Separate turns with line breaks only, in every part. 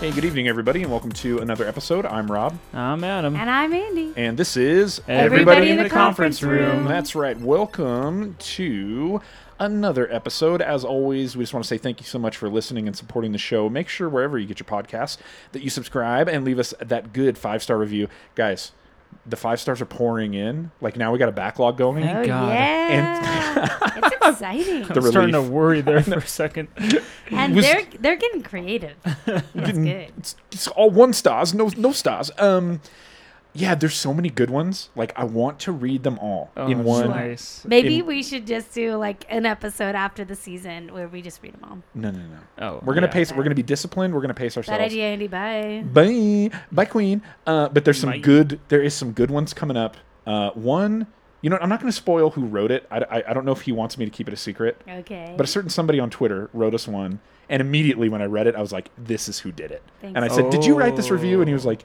Hey, good evening, everybody, and welcome to another episode. I'm Rob,
I'm Adam.
And I'm Andy.
and this is
Everybody in the Conference Room.
That's right. Welcome to another episode. As always, we just want to say thank you so much for listening and supporting the show. Make sure wherever you get your podcasts that you subscribe and leave us that good five star review, guys. The five stars are pouring in. Like now, we got a backlog going.
Thank
oh
God.
yeah, it's exciting.
The
I'm starting to
relief.
worry there for a second.
and
was-
they're they're getting creative. It's
didn't-
good.
It's, it's all one stars, no no stars. Um, yeah, there's so many good ones. Like I want to read them all
Oh,
in one.
Nice.
Maybe
in-
we should just do like an episode after the season where we just read them all.
No, no, no.
Oh,
We're gonna
yeah.
pace. We're gonna be disciplined. We're gonna pace ourselves.
Bad idea, Andy. Bye.
Bye, bye, Queen. Uh, but there's some
Bye.
good. There is some good ones coming up. Uh, one, you know, what, I'm not gonna spoil who wrote it. I, I, I don't know if he wants me to keep it a secret.
Okay.
But a certain somebody on Twitter wrote us one, and immediately when I read it, I was like, "This is who did it."
Thanks.
And I said, "Did you write this review?" And he was like,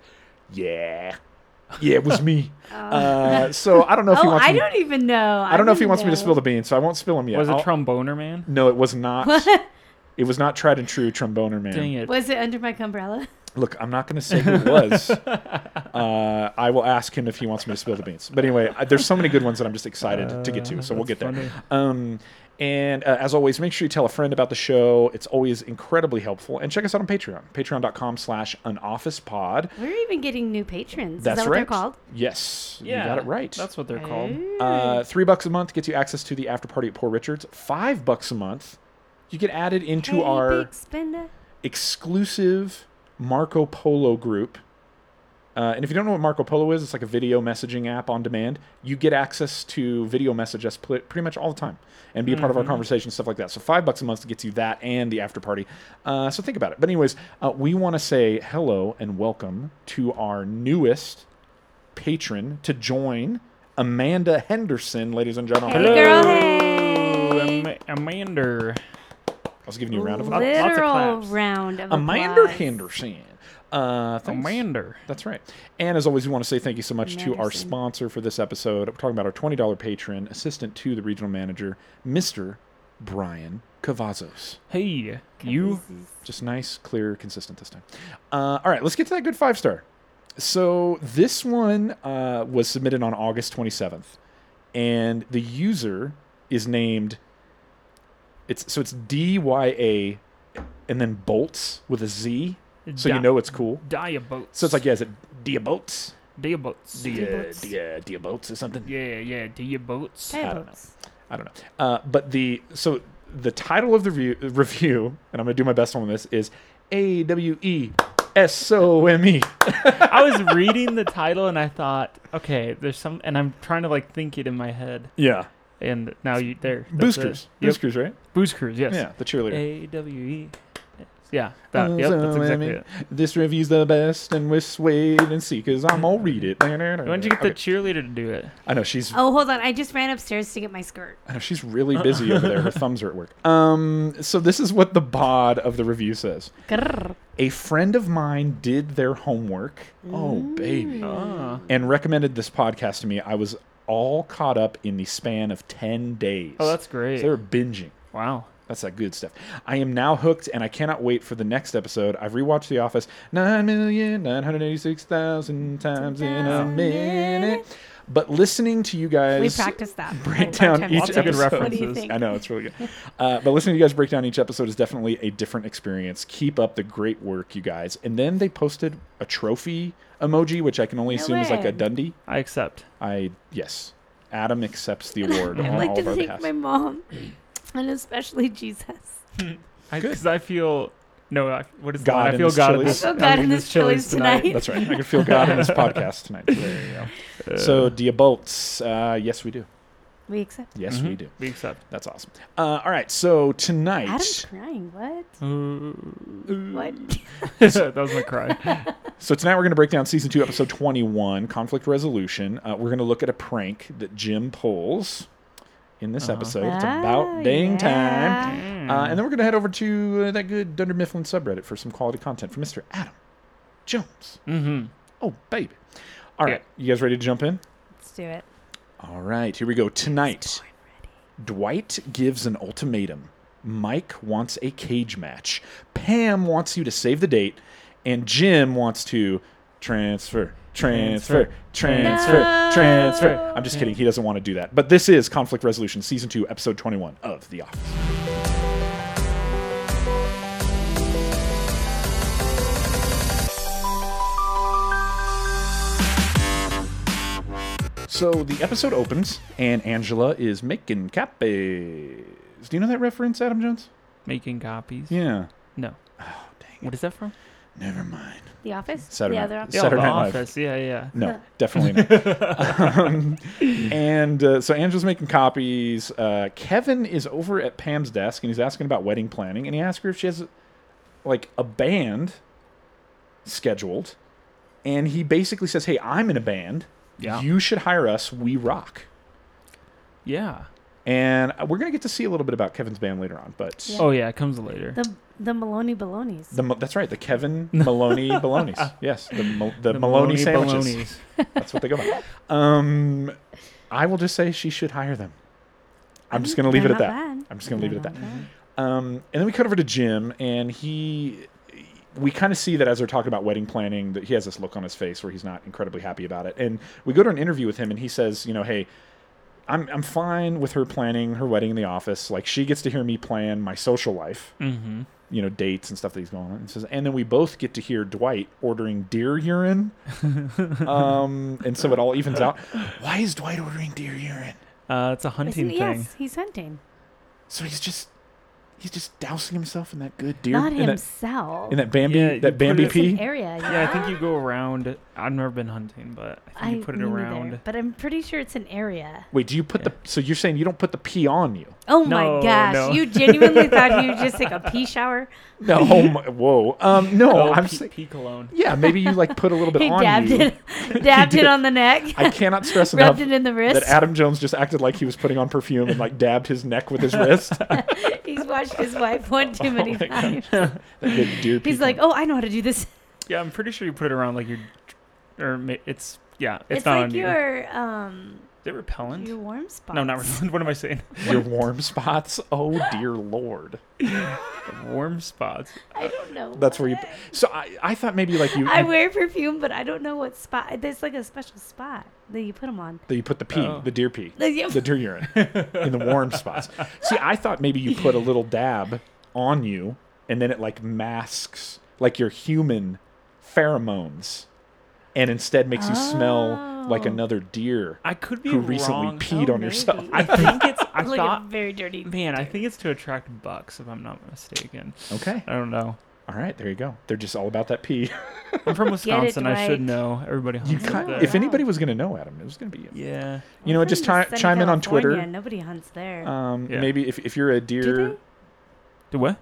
"Yeah, yeah, it was me." uh, so I don't know if he
oh,
wants.
I
me,
don't even know.
I don't know if he
wouldn't
wants me to
know.
spill the beans, so I won't spill them yet.
Was it
I'll-
tromboner man?
No, it was not. it was not tried and true tromboner man.
Dang it.
Was it under my umbrella?
Look, I'm not going to say who it was. uh, I will ask him if he wants me to spill the beans. But anyway, I- there's so many good ones that I'm just excited to get to.
Uh,
So we'll get
that's
there.
funny.
Um, and uh, as always, make sure you tell a friend about the show. It's always incredibly helpful. And check us out on Patreon, patreon.com slash an office pod.
We're even getting new patrons.
That's
Is that what
right.
they're called?
Yes,
Yeah.
you got it right.
That's what they're called.
Uh, three bucks a month gets you access to the after party at Poor Richards. Five bucks a month, you get added into
Hey,
our
big spender.
exclusive Marco Polo group. Uh, and if you don't know what Marco Polo is, it's like a video messaging app on demand. You get access to video message us pl- pretty much all the time and be a part of our conversation, stuff like that. So five bucks a month gets you that and the after party. Uh, so think about it. But anyways, uh, we want to say hello and welcome to our newest patron to join, Amanda Henderson, ladies and gentlemen.
Hey, girl. Hey.
Am- Amander.
I was giving you a round of applause.
Lots- lots of
Literal
claps.
round of
Amanda
applause.
Henderson. Uh, thanks.
Amander.
That's right. And as always, we want to say thank you so much to our
Anderson.
sponsor for this episode. We're talking about our $20 patron, assistant to the regional manager, Mr. Brian Cavazos.
Hey, you.
Just nice, clear, consistent this time. Uh, all right, let's get to that good five star. So this one uh, was submitted on August 27th, and the user is named. It's so it's D Y A, and then bolts with a Z, so
Di-
you know it's cool.
Diabotes.
So it's like yeah, is it Diabotes? uh,
Diabotes.
Diabotes.
Dia Diabotes or something.
yeah, yeah, Diabotes.
Hey,
I don't
folks.
I don't know. Uh, but the so the title of the review, review, and I'm gonna do my best on this is A W E S O M E.
I was reading the title and I thought, okay, there's some, and I'm trying to like think it in my head.
Yeah,
And now you there. that's it.
Boosters,
Yep.
Boosters, right?
Boosters. Yes.
Yeah, the cheerleader.
A W E. Uh, Yeah. That, yep, that's
S-O-M-E.
exactly it.
This review's the best, and we'll wait and see, cause I'm gonna read it. Why
Why don't you get the cheerleader to do it?
I know she's
Oh, hold on. I just ran upstairs to get my skirt.
I know she's
Uh-uh.
really busy over there. Her thumbs are at work. Um, so this is what the bod of the review says.
Grrr.
A friend of mine did their homework. Oh baby.
Oh.
and recommended this podcast to me. I was all caught up in the span of 10 days.
Oh, that's great.
So they were binging.
Wow.
That's that good stuff. I am now hooked and I cannot wait for the next episode. I've rewatched The Office 9,986,000 times in a
Thousand
minute.
minutes.
But listening to you guys.
We practiced that.
break
a
down
bunch of
each
Lots of
times.
good
episode.
What do you
references.
think?
I know it's really good. Uh, but listening to you guys break down each episode is definitely a different experience. Keep up the great work, you guys. And then they posted a trophy emoji, which I can only
No
assume is like a
way.
Dundee.
I accept.
I yes. Adam accepts the award
I'd
on
like
all
to
of our
thank
behalf.
my mom and especially Jesus.
Good.
Because I, feel no. I, what is
God
God?
in
I feel
this
God. in
Chili's.
this-
I feel God
I'm
in this Chili's tonight.
That's right. I can feel God in this podcast tonight. There you
Uh,
go. So Diabolts, uh, yes we do.
We accept.
Yes we do.
We accept.
That's awesome. Uh, all right. So tonight,
Adam's crying. What?
Hmm.
What?
that was my cry.
so tonight we're going to break down season two, episode twenty-one, conflict resolution. Uh, we're going to look at a prank that Jim pulls in this episode. It's
Ah,
about dang time.
yeah.
Hmm.
Uh, and then we're going to head over to uh, that good Dunder Mifflin subreddit for some quality content from Mr. Adam Jones.
Mm-hmm.
Oh, baby. All
Yeah.
right. You guys ready to jump in?
Let's do it.
All right. Here we go. Tonight, Dwight gives an ultimatum. Mike wants a cage match. Pam wants you to save the date. and Jim wants to transfer, transfer, transfer,
Transfer.
No.
transfer. I'm just kidding. He doesn't want to do that. But this is Conflict Resolution, Season 2, Episode 21 of The Office. So the episode opens, and Angela is making capes. Do you know that reference, Adam Jones?
Making copies.
Yeah.
No.
Oh, dang.
What is that from?
it. Never mind.
The Office.
Saturday
The
Night-
other Office.
Yeah,
Saturday
the
Night Live.
office. Yeah, yeah.
No, definitely not. um, and uh, so Angela's making copies. Uh, Kevin is over at Pam's desk and he's asking about wedding planning. And he asks her if she has like a band scheduled. And he basically says, Hey, I'm in a band.
Yeah.
You should hire us. We rock.
Yeah.
And uh, we're going to get to see a little bit about Kevin's band later on. But
Yeah.
Oh yeah, it comes later.
The the Maloney Balonies.
the, Mo- that's right. The Kevin Maloney Balonies. Yes. The, Mo- the,
The
Maloney,
Maloney
sandwiches.
Balonies.
That's what they go by. Um, I will just say she should hire them. I'm just going to leave it
They're
at
not
that.
bad.
I'm just going to leave it at that.
They're not bad.
Um, and then we cut over to Jim, and he, we kind of see that as they're talking about wedding planning, that he has this look on his face where he's not incredibly happy about it. And we go to an interview with him, and he says, you know, hey, I'm I'm fine with her planning her wedding in the office. Like she gets to hear me plan my social life,
mm-hmm.
you know, dates and stuff that he's going on. And says, and then we both get to hear Dwight ordering deer urine, um, and so it all evens out. Why is Dwight ordering deer urine?
Uh, it's a hunting
Isn't-
thing.
Yes, he's hunting.
So he's just he's just dousing himself in that good deer
Not
in that-
himself.
in that Bambi,
Yeah, you
that
put it
Bambi
in-
It's an
pee.
area. Yeah,
Yeah, I think you go around. I've never been hunting, but I think you put it
Ah. me neither,
around.
but I'm pretty sure it's an area.
Wait, do you put the? So you're saying you don't put the pee on you?
Oh
No,
my gosh!
no.
You genuinely thought you just take a pee shower?
No, oh my, whoa, um, no,
Oh,
I'm
pea-
saying,
pea cologne.
yeah, maybe you like put a little bit
he
on
dabbed
you.
it, dabbed
did.
it on the neck,
I cannot stress enough
rubbed it in the
that
wrist.
Adam Jones just acted like he was putting on perfume and like dabbed his neck with his wrist.
He's watched his wife one too many
Oh my
times.
That big deer pee
He's like,
cone.
"Oh, I know how to do this."
Yeah, I'm pretty sure you put it around like your, or ma- it's yeah, it's,
It's,
not
like
on you.
your um
Is it repellent?
your warm spot.
no, not repellent. What am I saying?
your warm spots. Oh dear lord,
Warm spots.
I don't know.
that's where you.
what.
So I, I thought maybe like you,
I
you
wear perfume, but I don't know what spot. There's like a special spot that you put them on.
that you put the pee,
Oh.
the deer pee,
Like, yeah,
the deer urine in the warm spots. See, I thought maybe you put a little dab on you, and then it like masks like your human pheromones, and instead makes you smell like
Oh.
another deer
I could be
who recently
wrong.
peed
Oh,
on yourself.
maybe.
I think it's. I
like
thought.
a very dirty.
Man, I think it's to attract bucks, if I'm not mistaken.
Okay,
I don't know.
all right, there you go. They're just all about that pee.
I'm from
it,
Wisconsin. I should
Dwight.
know. Everybody hunts
You
up
kind
there.
if anybody was gonna know, Adam, it was gonna be you.
yeah.
You know what? Just chi- chime in on Twitter.
Nobody hunts there.
Um,
Yeah.
Maybe if, if you're a deer,
Do
Do what?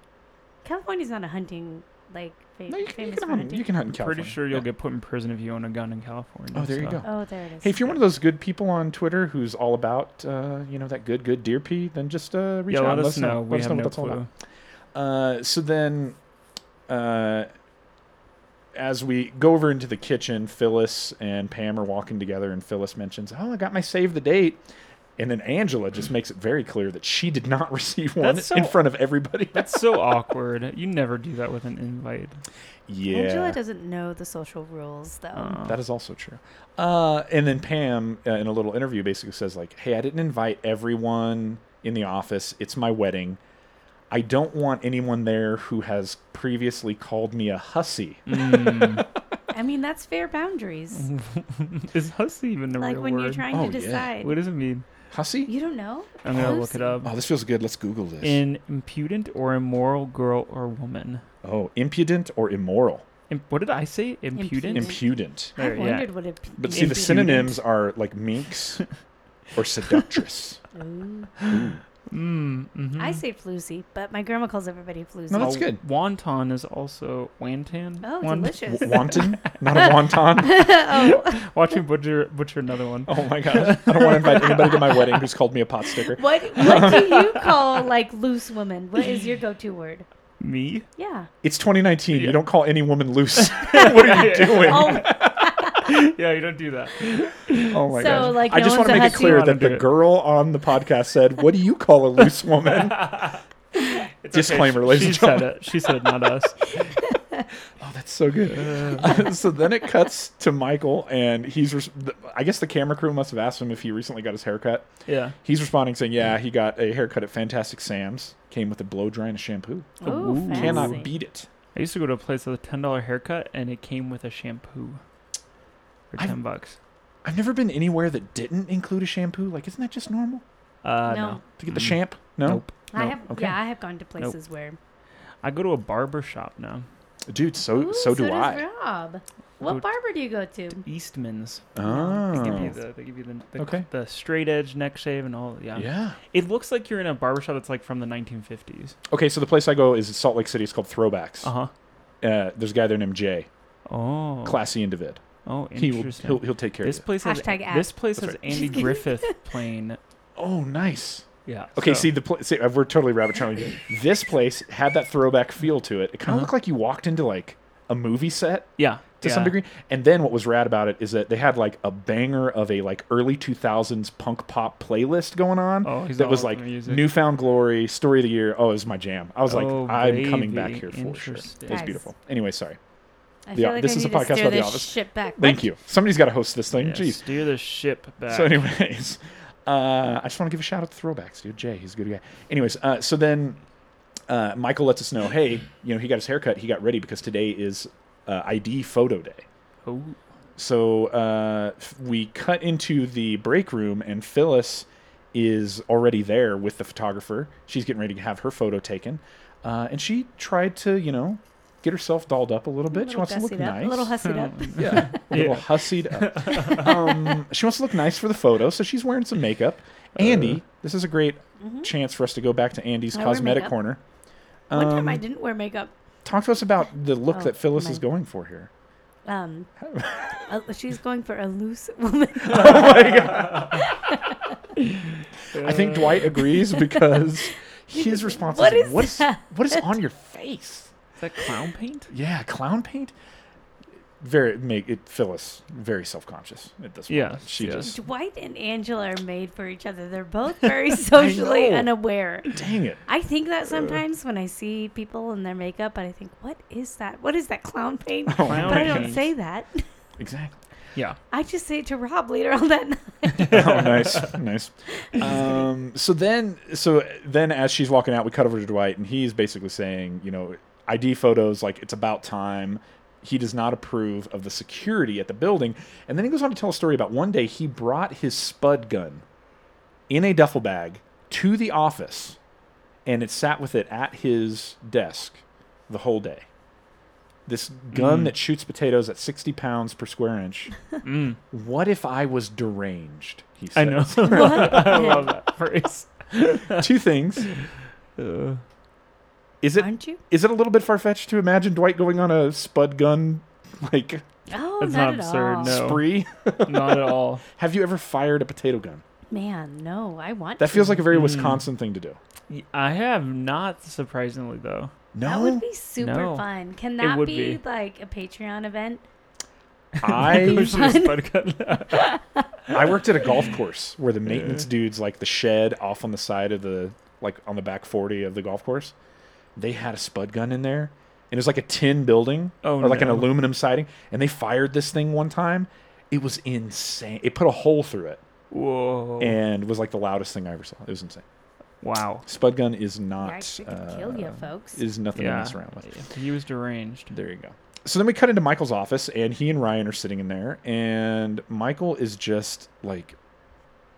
California's not a hunting like fa-
no, you, can, you,
famous
can
for
hunt,
hunting.
you can hunt in California.
Pretty sure you'll
Yeah.
get put in prison if you own a gun in California.
Oh, there you
so-
go.
Oh, there it is.
Hey, if you're one of those good people on Twitter who's all about, uh, you know, that good, good deer pee, then just uh, reach
Yeah,
out
let
and
us know.
Let
We
us
have
know what
no
that's all about.
clue.
Uh, so then, uh, as we go over into the kitchen, Phyllis and Pam are walking together, and Phyllis mentions, "Oh, I got my save the date." And then Angela just makes it very clear that she did not receive one
That's so-
in front of everybody.
That's so awkward. You never do that with an invite.
yeah,
Angela doesn't know the social rules though.
Oh.
That is also true. Uh, and then Pam, uh, in a little interview, basically says like, "Hey, I didn't invite everyone in the office. It's my wedding. I don't want anyone there who has previously called me a hussy."
Mm.
I mean, that's fair boundaries.
Is hussy even the
like
real
when
word?
you're trying
Oh, yeah.
to decide.
what does it mean?
Hussy?
You don't know?
I'm gonna look it
Hussy.
up.
Oh, this feels good. Let's Google this.
An impudent or immoral girl or woman.
oh, impudent or immoral?
Im- what did I say? Impudent.
Impudent.
Impudent.
I
There, yeah.
wondered what it.
But see, the
Impudent.
synonyms are like minx or seductress.
Ooh.
Mm, mhm.
I say floozy, but my grandma calls everybody floozy.
No, that's
A
good.
Oh, Wonton is also wantan.
Oh,
Wan-
delicious.
W- wanton, not a wonton.
oh,
Watch me butcher butcher another one.
Oh my gosh! I don't want to invite anybody to my wedding who's called me a pot sticker.
what what do you call like loose woman? What is your go-to word?
Me?
Yeah.
It's 2019. You
Yeah.
don't call any woman loose. what are you doing?
Oh,
Yeah, you don't do that.
Oh my
So,
gosh.
like,
I
no
just want
one's
to
a
make it
hussy?
clear
Wanna
that
do
the
it.
girl on the podcast said, "What do you call a loose woman?"
It's
Disclaimer,
she,
ladies
she
and
said it. She said, not us.
Oh, that's so good. so then it cuts to Michael, and he's. Res- th- I guess the camera crew must have asked him if he recently got his haircut.
Yeah.
He's responding saying, "Yeah, he got a haircut at Fantastic Sam's. Came with a blow dry and a shampoo.
Ooh,
Ooh.
fancy.
Cannot beat it."
I used to go to a place with a ten dollar haircut, and it came with a shampoo for
I've-
10 bucks.
I've never been anywhere that didn't include a shampoo. Like, isn't that just normal
Uh,
No.
no.
to get the
Mm.
champ? No,
Nope.
I
No,
have.
okay.
Yeah, I have gone to places where.
I go to a barber shop now,
dude. So
Ooh,
so do
does
I.
Rob. What
Go-
barber do you go to?
Eastman's. They give you
Oh,
the, they give you the, the,
Okay.
the straight edge neck shave and all. Yeah.
yeah.
It looks like you're in a barber shop that's like from the 1950s.
Okay, so the place I go is Salt Lake City. It's called Throwbacks.
Uh huh.
Uh, there's a guy there named Jay,
Oh.
classy individ.
Oh,
He will
interesting.
he'll, he'll take care
this
of
place has
Hashtag ad.
this place
That's
has Andy
kidding.
Griffith playing.
you. Oh, nice.
Yeah.
Okay,
so-
see the pla- see, uh, we're totally rabbit trailing. this place had that throwback feel to it. It kind of
Uh-huh.
looked like you walked into like a movie set
Yeah.
to some
yeah.
degree. And then what was rad about it is that they had like a banger of a like early 2000s punk pop playlist going on.
Oh, he's
that
all
was
about
like
the music.
newfound glory, story of the year. Oh, it was my jam. I was like,
Oh,
I'm coming back
baby.
here for sure. It was
Guys.
beautiful. Anyway, sorry.
I
Yeah,
feel like
this
I
is
need
a podcast
to steer
about The
this
Office.
shit back.
Thank you. Somebody's got to host this thing.
Yeah,
Jeez.
steer the ship back.
So, anyways, uh, I just want to give a shout out to Throwbacks, dude. Jay, he's a good guy. Anyways, uh, so then uh, Michael lets us know, hey, you know, he got his haircut. He got ready because today is uh, ID photo day.
Oh,
So uh, f- we cut into the break room, and Phyllis is already there with the photographer. She's getting ready to have her photo taken, uh, and she tried to, you know, get herself dolled up a little bit. she wants to look
gussied up,
nice.
A little hussied up.
Yeah, a little
Yeah.
hussied up. um, she wants to look nice for the photo, so she's wearing some makeup. Andy, this is a great
Mm-hmm.
chance for us to go back to Andy's
I wear
cosmetic
makeup.
corner.
One time I
Um,
didn't wear makeup.
Talk to us about the look
Oh,
that Phyllis
my-
is going for here.
Um, uh, she's going for a loose woman.
Oh I think Dwight agrees because his response
"What
is,
is
"What is what is on your face?"
is that clown paint?
Yeah, clown paint. Very make it Phyllis very self conscious at this point.
Yes,
she
yes.
just
Dwight and Angela are made for each other. They're both very socially
know. Uh.
unaware.
dang it.
I think that sometimes when I see people in their makeup, and I think, what is that? What is that clown paint?
Oh,
Clown
but I
my
don't
God.
paint.
say that.
exactly.
Yeah.
I just say it to Rob later on that night.
oh, nice, nice. Um, so then, so then, as she's walking out, we cut over to Dwight, and he's basically saying, you know, ID photos, like it's about time. He does not approve of the security at the building, and then he goes on to tell a story about one day he brought his spud gun in a duffel bag to the office, and it sat with it at his desk the whole day. This gun that shoots potatoes at 60 pounds per square inch.
Mm.
What if I was deranged? He
I
said.
know. I love that phrase.
Two things.
Uh,
Is it
Aren't you?
is it a little bit far fetched to imagine Dwight going on a spud gun like
Oh,
That's
not,
not
at
absurd,
all.
no.
spree?
not at all.
Have you ever fired a potato gun?
Man, no, I want
That
to.
feels like a very
Mm.
Wisconsin thing to do.
Y- I have not surprisingly though.
That
No,
would be super
No.
fun. Can that
would
be,
be.
like a Patreon event?
I
Who's this bud cut?
I worked at a golf course where the maintenance dudes like the shed off on the side of the like on the back forty of the golf course. They had a spud gun in there. And it was like a tin building
Oh,
or like
no.
an aluminum siding. And they fired this thing one time. It was insane. It put a hole through it
Whoa!
and was like the loudest thing I ever saw. It was insane.
wow.
Spud gun is not
Yikes, it could kill you,
uh,
folks.
Is nothing to
Yeah.
mess around with.
He was deranged.
There you go. So then we cut into Michael's office, and he and Ryan are sitting in there, and Michael is just like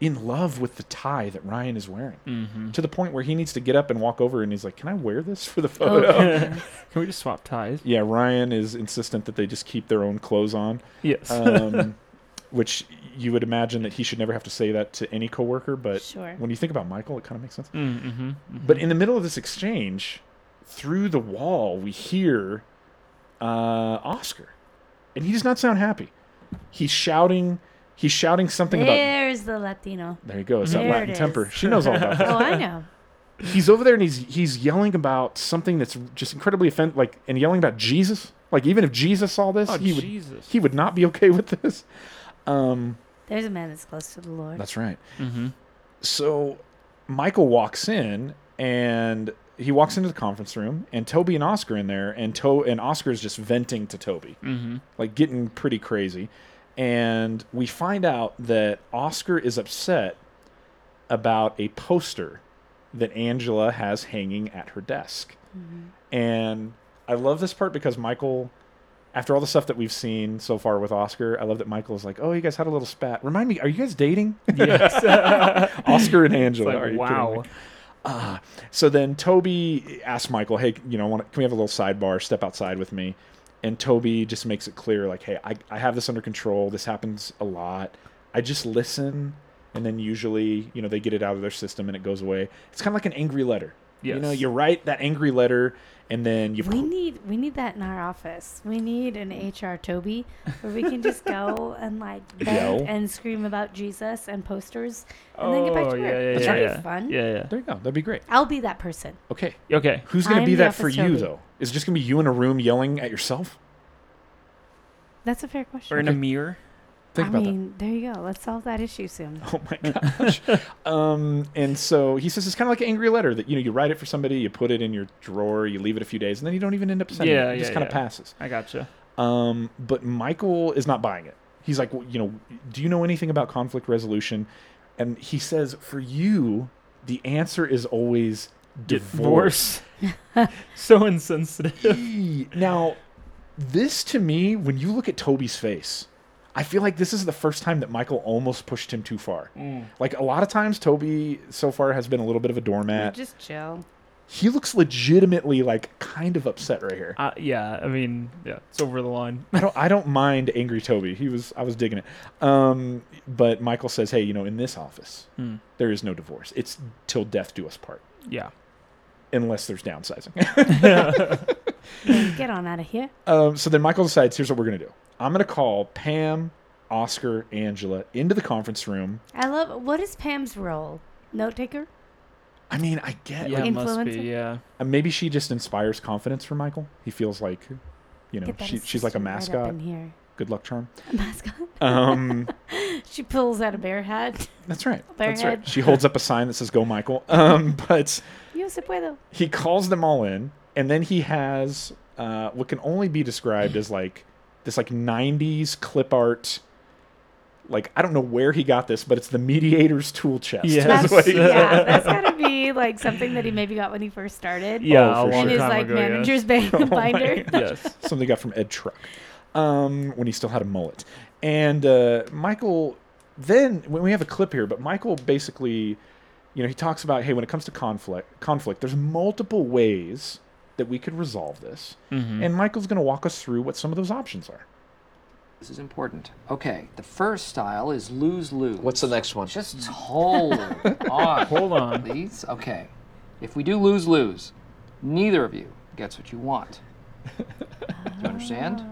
in love with the tie that Ryan is wearing
Mm-hmm.
to the point where he needs to get up and walk over, and he's like, "Can I wear this for the
Oh,
photo?"
goodness.
Can we just swap ties?
Yeah, Ryan is insistent that they just keep their own clothes on,
Yes.
um, which you would imagine that he should never have to say that to any coworker, but
sure.
when you think about Michael, it kind of makes sense.
mm-hmm.
But in the middle of this exchange, through the wall, we hear uh, Oscar, and he does not sound happy. He's shouting. He's shouting something about.
There's the Latino.
There you go. It's that
There
Latin
it
temper.
is.
She knows all about
Oh,
that.
I know.
he's over there and he's he's yelling about something that's just incredibly offend like and yelling about Jesus. Like even if Jesus saw this,
oh
he would
Jesus.
he would not be okay with this. Um,
There's a man that's close to the Lord.
that's right.
mm-hmm.
so Michael walks in and he walks into the conference room and Toby and Oscar in there and to- and Oscar's just venting to Toby. Mm-hmm. Like getting pretty crazy. And we find out that Oscar is upset about a poster that Angela has hanging at her desk. And I love this part because Michael after all the stuff that we've seen so far with Oscar, I love that Michael's like, "Oh, you guys had a little spat. Remind me, are you guys dating?"
Yes.
Oscar and Angela.
like,
are you kidding me?
wow.
So then Toby asks Michael, "Hey, you know, want can we have a little sidebar? Step outside with me." And Toby just makes it clear, like, "Hey, I, I have this under control. This happens a lot. I just listen, and then usually, you know, they get it out of their system and it goes away. It's kind of like an angry letter. You know,
Yes.
you write that angry letter, and then you've
We need we need that in our office. We need an HR Toby where we can just go and like
Yell.
vent and scream about Jesus and posters and then get back
Oh,
Oh,
to
yeah,
work.
yeah,
That's
yeah,
really
yeah.
fun.
Yeah, yeah.
there you go. That'd be great.
I'll be that person.
Okay,
Okay.
who's gonna
I'm
be
the
that for
office
you
Toby.
though? Is it just gonna be you in a room yelling at yourself?
That's a fair
Or
question.
in a mirror.
Think
I
about that.
mean, there you go. Let's solve that issue soon.
Oh my gosh. um, and so he says it's kind of like an angry letter that you know you write it for somebody, you put it in your drawer, you leave it a few days, and then you don't even end up sending
Yeah,
it. It just
yeah,
kind of
yeah.
passes.
I gotcha.
Um, but Michael is not buying it. He's like, well, you know, do you know anything about conflict resolution? And he says, for you, the answer is always divorce.
Divorce. so insensitive.
Eee. now, this to me, when you look at Toby's face, I feel like this is the first time that Michael almost pushed him too far.
Mm.
Like a lot of times, Toby so far has been a little bit of a doormat.
Just chill.
He looks legitimately like kind of upset right here.
Uh, yeah, I mean, yeah, it's over the line.
I don't, I don't mind angry Toby. He was, I was digging it. Um, but Michael says, "Hey, you know, in this office,
Hmm.
there is no divorce. It's till death do us part,
Yeah.
unless there's downsizing."
Then get on out of here.
Um, so then Michael decides, "Here's what we're gonna do. I'm gonna call Pam, Oscar, Angela into the conference room.
I love what is Pam's role? Note taker?
I mean, I get,
Yeah,
like,
it must be.
Influencer?
Yeah.
uh, maybe she just inspires confidence for Michael. He feels like, you know,
Get that
she, she's like a
assistant right
mascot.
up in here.
Good luck charm."
A mascot.
Um,
She pulls out a bear hat.
that's right.
Bear
that's right.
head.
She holds up a sign that says "Go, Michael." Um, but
Yo se puedo.
he calls them all in, and then he has uh, what can only be described as like this like '90s clip art. Like I don't know where he got this, but it's the mediator's tool chest.
Yes.
That's
That's,
what he-
yeah, that's gotta be like something that he maybe got when he first started.
Yeah,
for
a long
in his
time
like
ago. yeah.
manager's ba-
Oh my
binder.
God.
yes.
something he got from Ed Truck um, when he still had a mullet. And uh, Michael, then when we have a clip here, but Michael basically, you know, he talks about hey, when it comes to conflict, conflict, there's multiple ways that we could resolve this,
Mm-hmm.
and Michael's going to walk us through what some of those options are.
This is important. Okay, the first style is lose lose.
What's the next one?
Just hold on.
Hold on.
Please? Okay. If we do lose lose, neither of you gets what you want. Do you understand?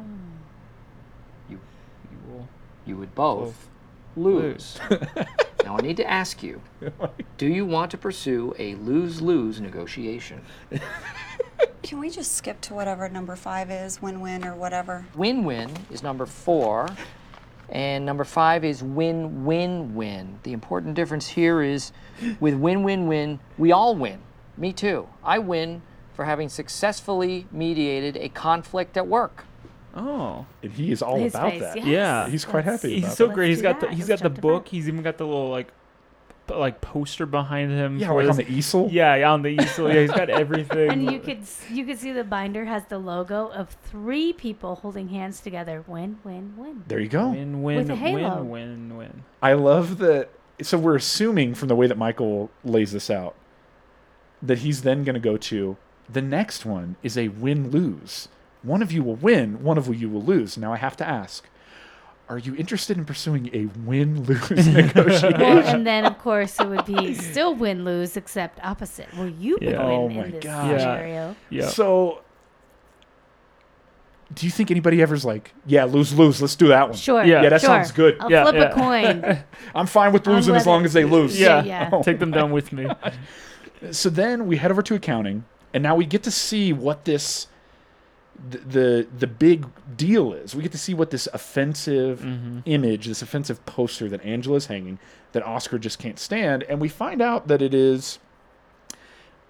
You,
You will
you would both,
lose.
lose. now I need to ask you do you want to pursue a lose lose negotiation?
Can we just skip to whatever number five is, win win or whatever?
Win win is number four, and number five is win win win. The important difference here is with win win win, we all win. Me too. I win for having successfully mediated a conflict at work.
Oh.
And he is all
His
about
face,
that.
yes.
Yeah.
He's quite
That's-
happy about
He's so
that.
great.
Let's
He's
do
got the
that.
he's
Let's
got the
jump to Brad.
book. He's even got the little like p- like poster behind him.
Yeah,
for
like on
his-
the easel.
Yeah, yeah, on the easel. Yeah, he's got everything.
And you could s- you could see the binder has the logo of three people holding hands together. Win, win, win.
There you go.
win win
With a halo.
win win win.
I love that. So we're assuming from the way that Michael lays this out that he's then going to go to the next one is a win lose. One of you will win, one of you will lose. Now I have to ask are you interested in pursuing a win lose negotiation?
Well, and then of course it would be still win lose except opposite. Well, you would
Yeah.
win
Oh my
in this
gosh.
Yeah.
scenario.
Yeah.
So do you think anybody ever's like, yeah, lose lose, let's do that one?
Sure.
Yeah. Yeah,
that
sure.
sounds good.
I'll
Yeah,
flip
yeah.
a coin.
I'm fine with
I'm
losing as
with
long
it.
as they lose.
yeah.
yeah.
Take them down with me.
so then we head over to accounting and now we get to see what this the the, the big deal is we get to see what this offensive
Mm-hmm.
image this offensive poster that angela's hanging that oscar just can't stand and we find out that it is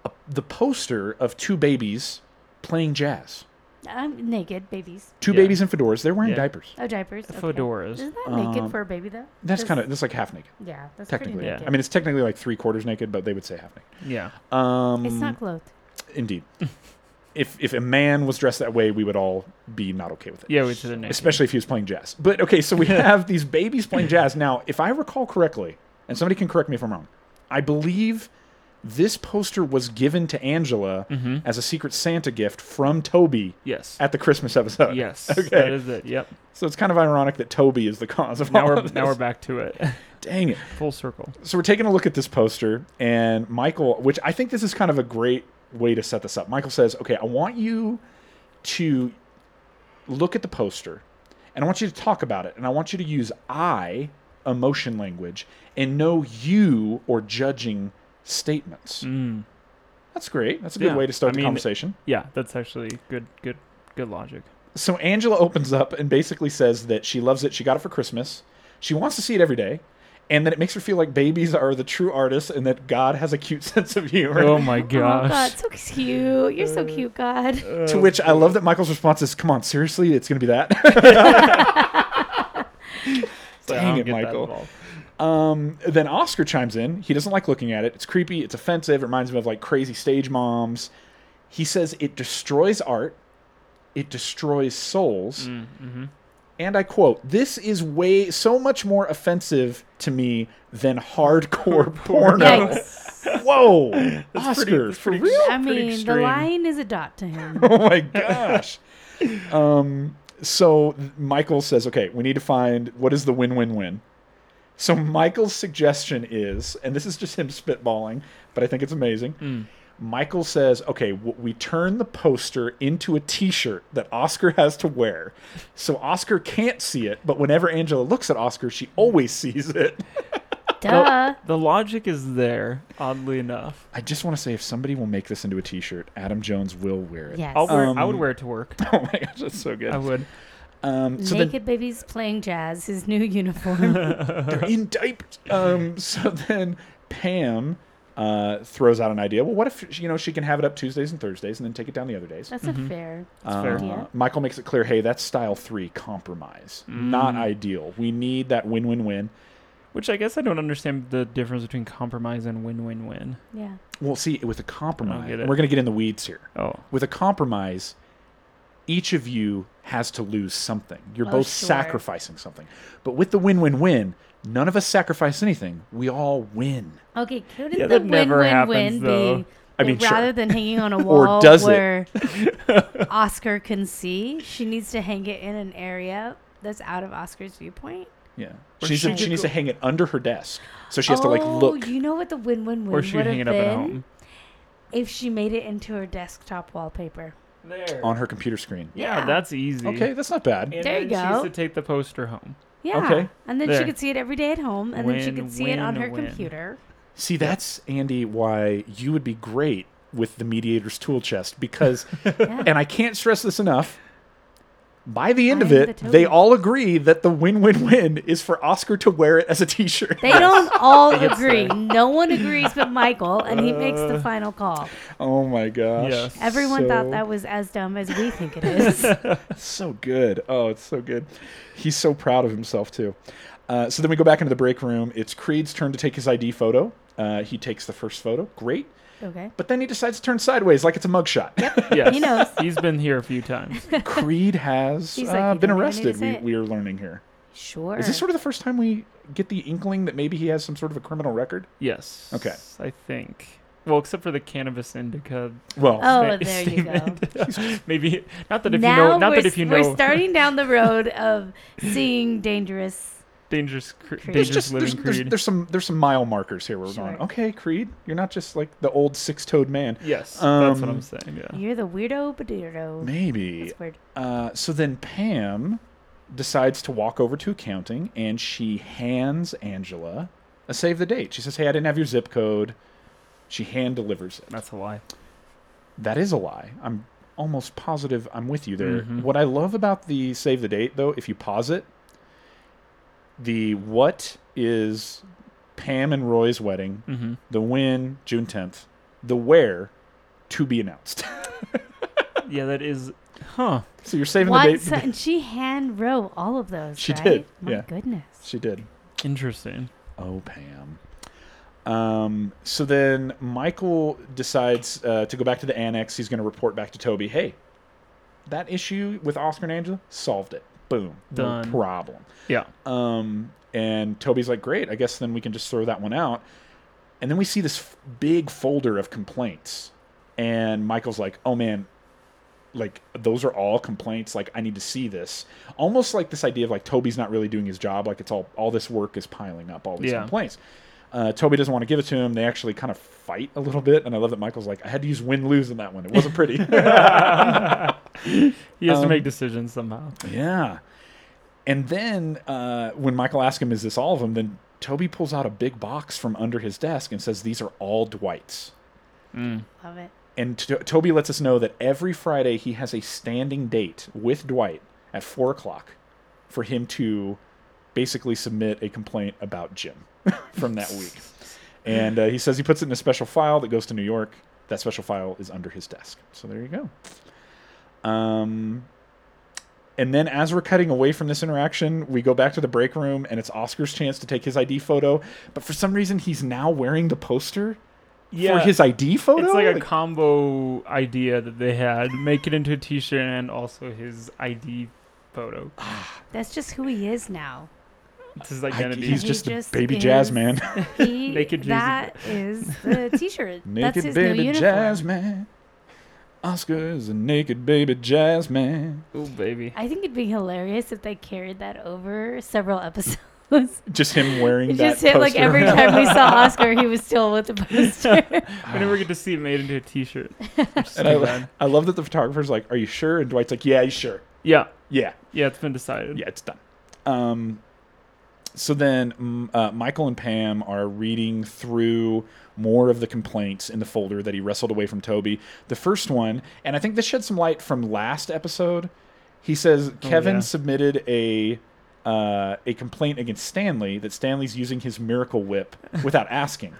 a the poster of two babies playing jazz.
I'm naked babies.
Two
Yeah.
babies in fedoras. They're wearing
Yeah.
diapers.
Oh, diapers. okay.
Fedoras.
Isn't that naked
Um,
for a baby though?
That's
Just-
kind of that's like half naked.
yeah. That's pretty
Technically,
Yeah.
naked.
I mean, it's technically like three quarters naked, but they would say half naked.
Yeah.
Um,
it's not clothed.
Indeed. if if a man was dressed that way, we would all be not okay with it.
Yeah, we to the next.
Especially if he was playing jazz. But okay, so we have these babies playing jazz. Now, if I recall correctly, and somebody can correct me if I'm wrong, I believe this poster was given to Angela
Mm-hmm.
as a Secret Santa gift from Toby
Yes.
at the Christmas episode.
yes.
Okay.
That is it. Yep.
so it's kind of ironic that Toby is the cause of
Now
all
we're
of
now we're
this.
back to it.
Dang it.
Full circle.
So we're taking a look at this poster, and Michael, which I think this is kind of a great way to set this up. Michael says, "Okay, I want you to look at the poster, and I want you to talk about it, and I want you to use I emotion language and no you or judging statements." That's great. That's a good
Mm. Yeah.
way to start
I
the
mean-
conversation.
Yeah, that's actually good. Good. Good logic.
So Angela opens up and basically says that she loves it. She got it for Christmas. She wants to see it every day. And that it makes her feel like babies are the true artists and that God has a cute sense of humor.
Oh my
Oh God,
gosh.
so cute. You're so cute, God.
to which I love that Michael's response is, come on, seriously, it's going to be that.
So I
Dang
don't
it,
get that at
Michael.
all.
Um, then Oscar chimes in. He doesn't like looking at it. It's creepy. It's offensive. It reminds him of like crazy stage moms. He says it destroys art. It destroys souls.
Mm, mm-hmm.
And I quote, this is way so much more offensive to me than hardcore porno.
Yikes.
Whoa. Oscar,
pretty- that's
for
pretty
real?
I
Pretty
mean, the
extreme.
line is a dot to him.
oh my gosh. Um, so Michael says, okay, we need to find what is the win win win. So Michael's suggestion is, and this is just him spitballing, but I think it's amazing. Michael says, okay, w- we turn the poster into a t shirt that Oscar has to wear. So Oscar can't see it, but whenever Angela looks at Oscar, she always sees it.
Duh.
The logic is there, oddly enough.
I just want to say if somebody will make this into a t shirt, Adam Jones will wear it.
Yes.
I'll wear, I would
Um,
wear it to work.
Oh my gosh, that's so good.
I would.
Um, so then-
Naked babies playing jazz. His new uniform.
They're in diapers. Um, so then Pam uh, throws out an idea. Well, what if you know she can have it up Tuesdays and Thursdays, and then take it down the other days?
That's
Mm-hmm.
a fair.
Uh,
fair.
Yeah.
Michael makes it clear, hey, that's style three compromise,
Mm.
not ideal. We need that win-win-win.
Which I guess I don't understand the difference between compromise and win-win-win.
Yeah.
Well, see, with a compromise,
get
and
it.
we're going to get in the weeds here.
Oh,
With a compromise, each of you has to lose something. You're
Oh,
both
sure.
sacrificing something. But with the win-win-win, none of us sacrifice anything. We all win.
Okay. Couldn't
Yeah,
the
that never
win-win-win
happens,
be?
though.
I
that
mean, sure.
rather than hanging on a
Or
wall
does it?
where Oscar can see, she needs to hang it in an area that's out of Oscar's viewpoint.
Yeah.
Or
She needs, to,
she
she
could
needs
go-
to hang it under her desk. So she has to like
Oh,
look.
You know what the win-win-win
or she
would
could
have
hang it up
been
at home.
if she made it into her desktop wallpaper.
There.
on her computer screen.
yeah, Uh, that's easy.
Okay, that's not bad.
And
There
then
you
She has
go.
to take the poster home.
Yeah.
Okay.
And then she
There.
could see it every day at home, and then she could see it on her
Win-win-win.
computer.
See, that's Andy why you would be great with the mediator's tool chest because and I can't stress this enough. By the end
I
of
am the
it, they
toad.
all agree that the win-win-win is for Oscar to wear it as a t-shirt.
They don't all agree. No one agrees but Michael, and he makes the final call.
Oh my gosh.
Yes.
Everyone
Uh, So-
thought that was as dumb as we think it is.
so good. Oh, it's so good. He's so proud of himself too. Uh, so then we go back into the break room. It's Creed's turn to take his ID photo. Uh, he takes the first photo. Great.
Okay.
But then he decides to turn sideways like it's a mugshot.
Yes.
He knows.
He's been here a few times.
Creed has
He's like,
uh,
"You
been
don't even need to
arrested.
say
We,
it."
we are learning here.
Sure.
Is this sort of the first time we get the inkling that maybe he has some sort of a criminal record?
Yes.
Okay.
I think. Well, except for the cannabis indica.
Well,
Oh,
sta-
there you go.
statement. Maybe not that if
now
you know. Not
we're,
that if you
s- we're
know.
starting down the road of seeing dangerous.
dangerous, cre-
there's
dangerous
just
living
there's,
creed.
there's, there's some there's some mile markers here. Where we're going.
Sure.
Okay, Creed, you're not just like the old six-toed man.
yes, that's what
Um,
I'm saying. Yeah.
You're the weirdo, but weirdo.
Maybe.
That's weird.
Uh, so then Pam decides to walk over to accounting and she hands Angela a save the date. She says, Hey, I didn't have your zip code. She hand delivers it.
That's a lie.
That is a lie. I'm almost positive I'm with you there. What I love about the save the date, though, if you pause it, the what is Pam and Roy's wedding, the when, June 10th, the where, to be announced.
Yeah, that is. Huh.
so you're saving
Why-
the
so-
baby.
and she hand wrote all of those.
She
right?
did,
My
yeah.
goodness.
She did.
Interesting.
Oh, Pam. Um, so then Michael decides uh, to go back to the annex. He's going to report back to Toby. Hey, that issue with Oscar and Angela solved it. Boom. No
Done.
problem.
Yeah.
Um, and Toby's like, great. I guess then we can just throw that one out. And then we see this f- big folder of complaints. And Michael's like, oh man, like those are all complaints. Like I need to see this. Almost like this idea of like Toby's not really doing his job. Like it's all all this work is piling up. All these
Yeah.
complaints. Uh, Toby doesn't want to give it to him. They actually kind of fight a little bit, and I love that Michael's like, "I had to use win lose in that one. It wasn't pretty."
He has to
Um,
make decisions somehow.
Yeah. And then uh, when Michael asks him, is this all of them? Then Toby pulls out a big box from under his desk and says, these are all Dwight's.
Love it.
And to- Toby lets us know that every Friday he has a standing date with Dwight at four o'clock for him to basically submit a complaint about Jim from that week. And uh, he says he puts it in a special file that goes to New York. That special file is under his desk. So there you go. Um, and then as we're cutting away from this interaction, we go back to the break room and it's Oscar's chance to take his ID photo. But for some reason, he's now wearing the poster
Yeah.
for his ID photo.
It's like a
Like-
combo idea that they had. Make it into a t shirt and also his ID photo.
That's just who he is now.
It's his
I-
identity.
he's
He
just a
just
baby
is-
jazz man.
He,
Naked Jeezy.
That is the T-shirt. That's
naked
his
baby
new uniform.
jazz man. Oscar is a naked baby jazz man.
oh, baby.
I think it'd be hilarious if they carried that over several episodes.
Just him wearing
It
that
just hit like
poster.
every time we saw Oscar, he was still with the poster.
We never get to see it made into a t shirt.
and I, I love that the photographer's like, "Are you sure?" And Dwight's like, "Yeah, you sure?
Yeah.
Yeah,
Yeah, it's been decided.
yeah, it's done." Um, so then mm, uh, Michael and Pam are reading through more of the complaints in the folder that he wrestled away from Toby. The first one, and I think this shed some light from last episode. He says Kevin
yeah.
submitted a uh, a complaint against Stanley that Stanley's using his miracle whip without asking.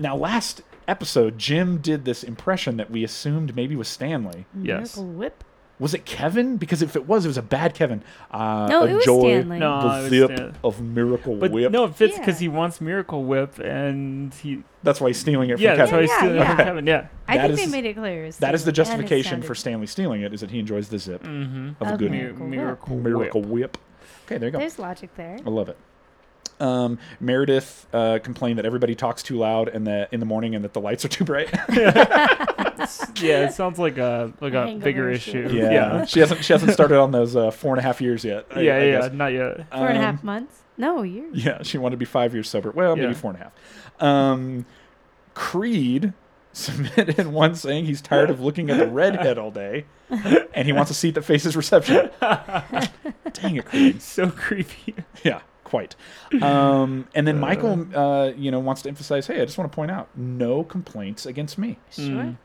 Now, last episode, Jim did this impression that we assumed maybe was Stanley.
Yes.
Miracle Whip.
Was it Kevin? Because if it was, it was a bad Kevin. Uh,
No, it was
enjoy
Stanley.
No, it
the
was
zip
Stan-
of Miracle
But
Whip.
no, it fits because
Yeah.
he wants Miracle Whip and he.
That's why he's stealing it
Yeah,
from
that's why
Kevin.
he's
Yeah,
stealing it from
yeah.
Kevin. Yeah.
I
That
think they
is-
made it clear. it was
That is the
Stanley, and it
justification for
sounded-
Stanley stealing it, is that he enjoys the zip of a
Of
good
Mir-
one.
Miracle
Mm-hmm. Miracle Whip. Okay, there you go.
There's logic there.
I love it. Um, Meredith uh, complained that everybody talks too loud and that in the morning and that the lights are too bright.
Yeah, it sounds like a like
A
a
hangover
bigger
issue.
issue.
yeah. she hasn't she hasn't started on those uh, four and a half years yet. I-
yeah,
I
yeah,
guess.
not yet.
Four and a half
Um,
months? No, years.
Yeah, she wanted to be five years sober. Well,
Yeah.
maybe four and a half. Um, Creed submitted one saying he's tired of looking at the redhead all day, and he wants a seat that faces reception. Dang it, Creed.
So creepy.
Yeah, quite. Um, and then Michael, uh, you know, wants to emphasize, hey, I just want to point out, no complaints against me.
Sure.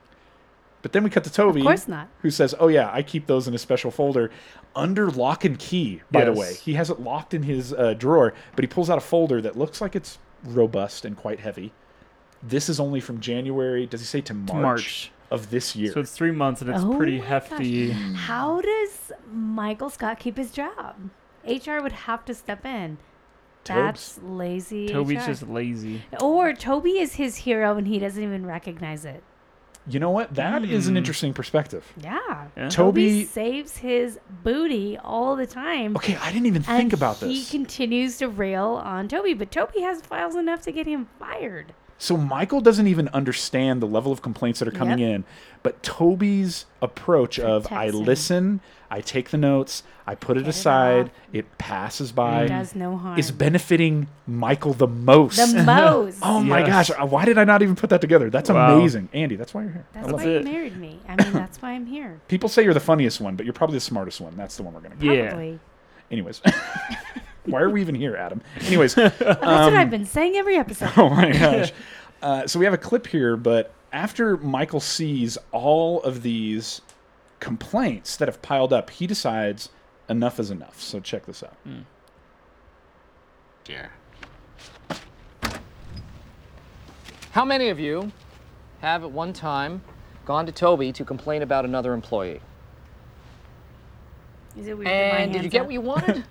But then mm, we cut to Toby,
Of course not.
who says, "Oh yeah, I keep those in a special folder, under lock and key." By the
Yes.
way, he has it locked in his uh, drawer, but he pulls out a folder that looks like it's robust and quite heavy. This is only from January. Does he say to March,
March.
of this year?
So it's three months and it's
Oh
pretty
my
hefty.
Mm.
How does Michael Scott keep his job? HR would have to step in. That's lazy.
Toby's
HR.
just lazy.
Or Toby is his hero and he doesn't even recognize it.
you know what? That is
Hmm.
an interesting perspective.
Yeah.
Yeah.
Toby.
saves his booty all the time.
Okay, I didn't even
and
think about
He
this.
continues to rail on Toby, but Toby has files enough to get him fired.
So Michael doesn't even understand the level of complaints that are coming
Yep.
in, but Toby's approach of I
Protects him.
listen, I take the notes, I put it
Get it
aside,
off.
it, passes by,
does no harm.
is benefiting Michael the most.
the most.
oh my
Yes.
gosh, uh, why did I not even put that together? That's
Wow.
amazing. Andy, that's why you're here. I
That's
love
why
it.
you
it.
married me. I mean, that's why I'm here.
People say you're the funniest one, but you're probably the smartest one. That's the one we're going to
Yeah.
Probably.
Anyways. why are we even here, Adam? Anyways,
That's
Um,
what I've been saying every episode.
Oh my gosh. Uh, so we have a clip here, but after Michael sees all of these complaints that have piled up, he decides enough is enough. So check this out.
Hmm.
Dear.
How many of you have at one time gone to Toby to complain about another employee.
Is it weird? that my
And did you
hand's
get
up?
what you wanted?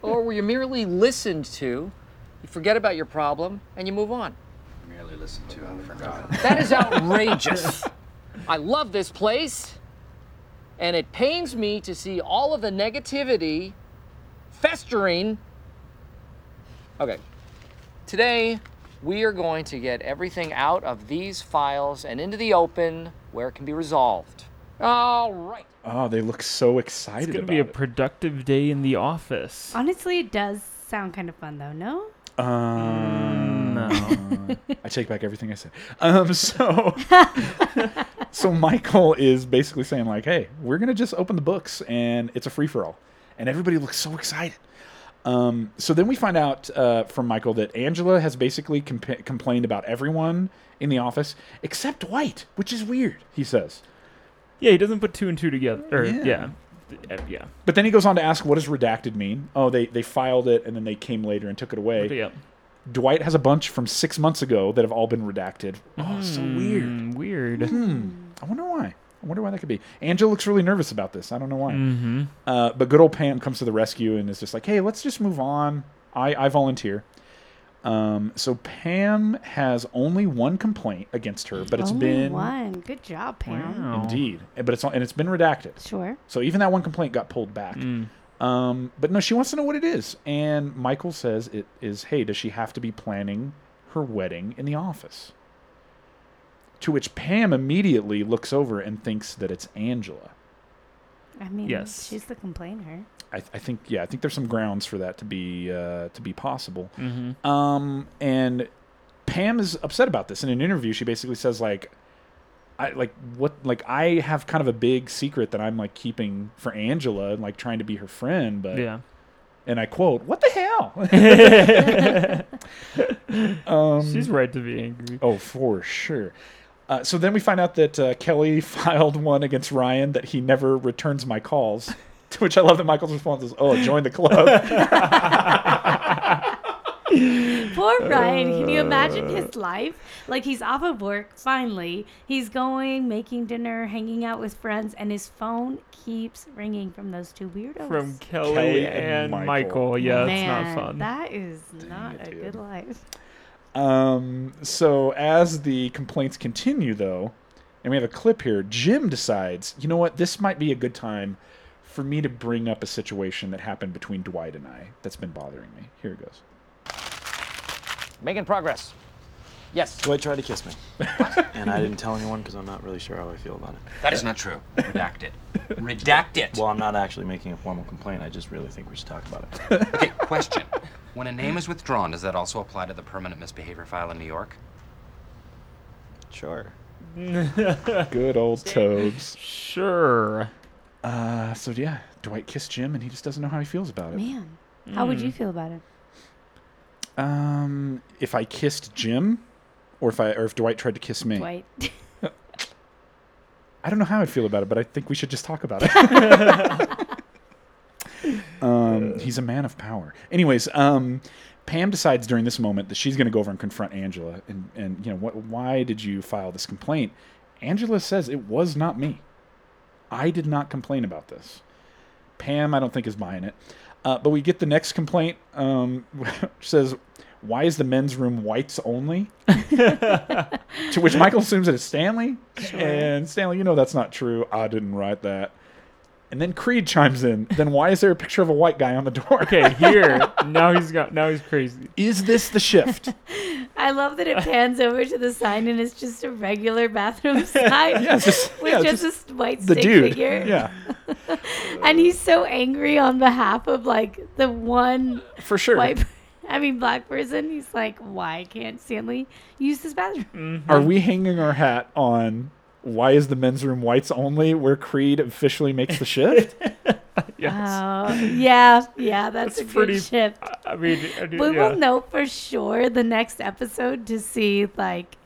or were you merely listened to? You forget about your problem and you move on.
Merely listened to and forgot.
That is outrageous. I love this place, and it pains me to see all of the negativity festering. Okay, today we are going to get everything out of these files and into the open where it can be resolved. All right.
Oh, they look so excited
It's gonna
about
be a
it.
productive day in the office.
Honestly, it does sound kind of fun, though. No,
Um,
No.
I take back everything I said. Um, so, so Michael is basically saying like, "Hey, we're gonna just open the books, and it's a free for all," and everybody looks so excited. Um, so then we find out uh, from Michael that Angela has basically compa- complained about everyone in the office except White, which is weird. He says,
yeah, he doesn't put two and two together. Or
Yeah.
yeah, yeah. yeah.
but then he goes on to ask, "What does redacted mean?" Oh, they they filed it, and then they came later and took it away.
But yeah.
Dwight has a bunch from six months ago that have all been redacted. Oh, so weird.
Mm, weird.
Hmm. I wonder why. I wonder why that could be. Angela looks really nervous about this. I don't know why. Uh, but good old Pam comes to the rescue and is just like, "Hey, let's just move on. I I volunteer." Um, so Pam has only one complaint against her, but it's
only
been
one. Good job, Pam.
Wow.
indeed, but it's and it's been redacted.
Sure.
So even that one complaint got pulled back. Um, but no, she wants to know what it is. And Michael says it is, hey, does she have to be planning her wedding in the office? To which Pam immediately looks over and thinks that it's Angela.
I mean,
Yes.
she's the complainer.
I, I think yeah, I think there's some grounds for that to be uh, to be possible. Um, and Pam is upset about this. In an interview, she basically says like, I like what like I have kind of a big secret that I'm like keeping for Angela and like trying to be her friend, but
Yeah.
and I quote, "What the hell?" Um,
She's right to be angry.
Oh, for sure. Uh, so then we find out that uh, Kelly filed one against Ryan that he never returns my calls. To which I love that Michael's response is, "Oh, join the club."
Poor Ryan. Can you imagine
Uh.
his life? Like he's off of work finally. He's going, making dinner, hanging out with friends, and his phone keeps ringing from those two weirdos.
From Kelly,
oh. Kelly and
and, Michael.
Michael.
Yeah,
Man,
it's not fun.
That is not a
dude.
good life.
um, so as the complaints continue, though, and we have a clip here, Jim decides, you know what, this might be a good time for me to bring up a situation that happened between Dwight and I that's been bothering me. Here it goes.
Making progress. Yes.
Dwight tried to kiss me. and I didn't tell anyone because I'm not really sure how I feel about it.
That is not true. Redact it. Redact it.
Well, I'm not actually making a formal complaint. I just really think we should talk about it.
Okay, question. When a name is withdrawn, does that also apply to the permanent misbehavior file in New York?
Sure.
Good old Tobes.
Sure.
Uh, so yeah, Dwight kissed Jim, and he just doesn't know how he feels about it.
Man, how would you
Hmm.
feel about it?
Um, if I kissed Jim, or if I or if Dwight tried to kiss me,
Dwight.
I don't know how I'd feel about it, but I think we should just talk about it. um, he's a man of power. Anyways, um, Pam decides during this moment that she's going to go over and confront Angela, and and you know what? Why did you file this complaint? Angela says it was not me. I did not complain about this. Pam, I don't think is buying it. Uh, but we get the next complaint, um, which says, "Why is the men's room whites only?" to which Michael assumes that it's Stanley, and Stanley, you know that's not true. I didn't write that. And then Creed chimes in. Then why is there a picture of a white guy on the door?
Okay, here. now he's got. Now he's crazy.
Is this the shift?
I love that it pans over to the sign and it's just a regular bathroom sign with
yeah,
just, a white
the
stick
dude.
figure.
Yeah,
And he's so angry on behalf of like the one
for sure.
white, I mean black person. He's like, why can't Stanley use this
Mm.
bathroom?
Are we hanging our hat on why is the men's room whites only, where Creed officially makes the shift?
Yes.
Oh, yeah, yeah, that's,
That's
a
pretty-
good shift.
I- I mean, I do-
We
yeah.
will know for sure the next episode to see like,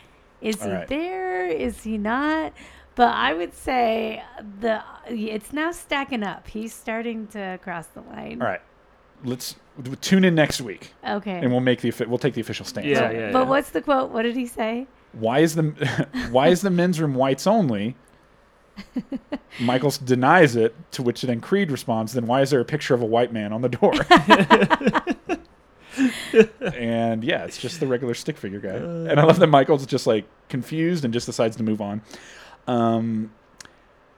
is
All
he
right.
there? Is he not? But I would say the it's now stacking up. He's starting to cross the line.
All right, let's tune in next week,
Okay.
and we'll make the offi- we'll take the official stance.
Yeah,
but
yeah, yeah.
what's the quote? What did he say?
why is the why is the men's room whites only Michael denies it, to which then Creed responds, Then why is there a picture of a white man on the door? and yeah, it's just the regular stick figure guy. And I love that Michael's just like confused and just decides to move on. Um,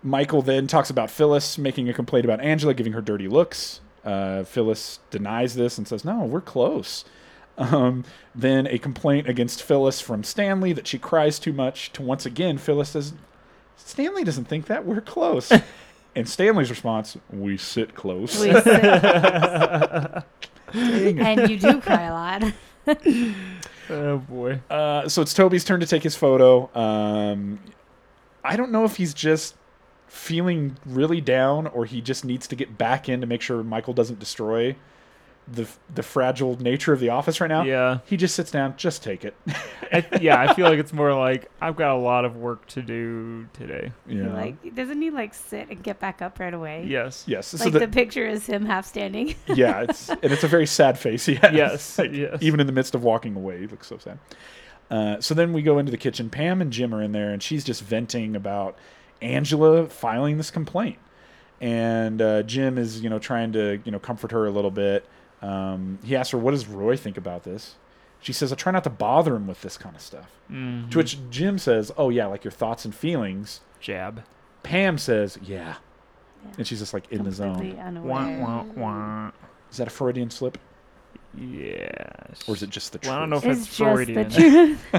Michael then talks about Phyllis making a complaint about Angela, giving her dirty looks. Uh, Phyllis denies this and says, No, we're close. Um, then a complaint against Phyllis from Stanley that she cries too much. To once again, Phyllis says, Stanley doesn't think that we're close. and Stanley's response, We sit close.
We sit- and you do cry a lot.
Oh boy.
Uh, so it's Toby's turn to take his photo. Um, I don't know if he's just feeling really down or he just needs to get back in to make sure Michael doesn't destroy the the fragile nature of the office right now.
Yeah.
He just sits down, just take it.
I, yeah, I feel like it's more like I've got a lot of work to do today.
yeah.
Like, doesn't he like sit and get back up right away?
Yes.
yes. so
Like
the-
the picture is him half standing.
yeah, it's and it's a very sad face he has.
Yes, yes.
Even in the midst of walking away, he looks so sad. Uh, so then we go into the kitchen. Pam and Jim are in there, and she's just venting about Angela filing this complaint. And uh, Jim is, you know, trying to, you know, comfort her a little bit. Um, he asks her, "What does Roy think about this?" She says, "I try not to bother him with this kind of stuff."
Mm-hmm.
To which Jim says, "Oh yeah, like your thoughts and feelings."
Jab.
Pam says, "Yeah," and she's just like in the
Completely
zone.
unaware.
Wah, wah, wah.
Is that a Freudian slip,
Yes.
or is it just the truth?
Well, I don't know if
It's
it's,
just
Freudian.
the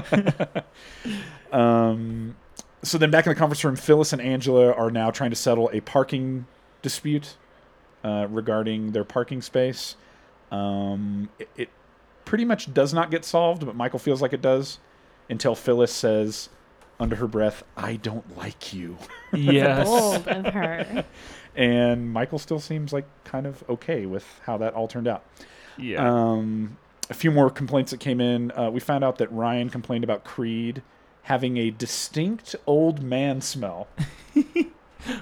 truth.
Um, so then back in the conference room, Phyllis and Angela are now trying to settle a parking dispute uh, regarding their parking space. Um, it, it pretty much does not get solved, but Michael feels like it does until Phyllis says under her breath, I don't like you.
yes.
Bold of her.
And Michael still seems like kind of okay with how that all turned out.
Yeah.
Um, a few more complaints that came in. Uh, we found out that Ryan complained about Creed having a distinct old man smell.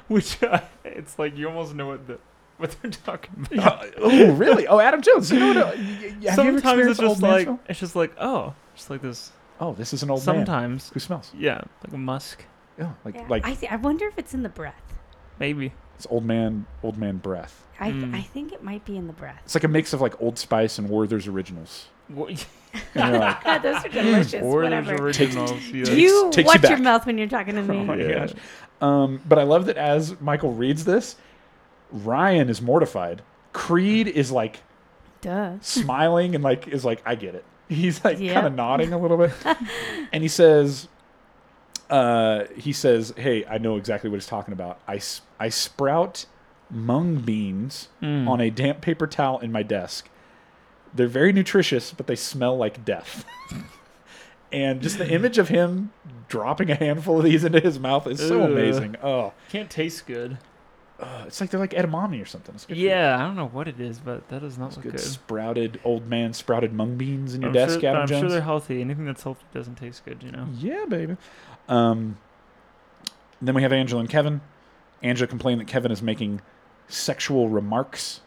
Which uh, it's like you almost know what the what they're talking about.
oh, really? Oh, Adam Jones. You know what? Uh, y- y- have you ever
sometimes
experienced
it's
old
just
man
like
smell?
it's just like oh, just like this.
Oh, this is an old man
sometimes,
who smells.
yeah, like a musk,
Yeah, like
Yeah.
like
I, th- I wonder if it's in the breath.
maybe.
it's old man, old man breath.
I,
Mm.
I think it might be in the breath.
It's like a mix of like Old Spice and Werther's Originals.
Wha-
And you're like,
God, those are delicious.
or there's
whatever.
originals. yes.
you
Takes you
watch your
back.
mouth when you're talking to
oh my
me.
gosh. Um, but I love that as Michael reads this, Ryan is mortified. Creed is like
Duh.
smiling and like is like I get it. He's like
Yeah.
kind of nodding a little bit, and he says, uh, he says, "Hey, I know exactly what he's talking about. I s- I sprout mung beans
Mm.
on a damp paper towel in my desk. They're very nutritious, but they smell like death." and just the image of him dropping a handful of these into his mouth is so
Ugh.
amazing. Oh,
can't taste good.
it's like they're like edamame or something. It's good for you.
Yeah, I don't know what it is, but that does not look
Good,
good.
sprouted old man sprouted mung beans in your
I'm
desk,
sure, but
Adam
I'm
Jones.
sure they're healthy. Anything that's healthy doesn't taste good, you know.
Yeah, baby. Um, then we have Angela and Kevin. Angela complained that Kevin is making sexual remarks.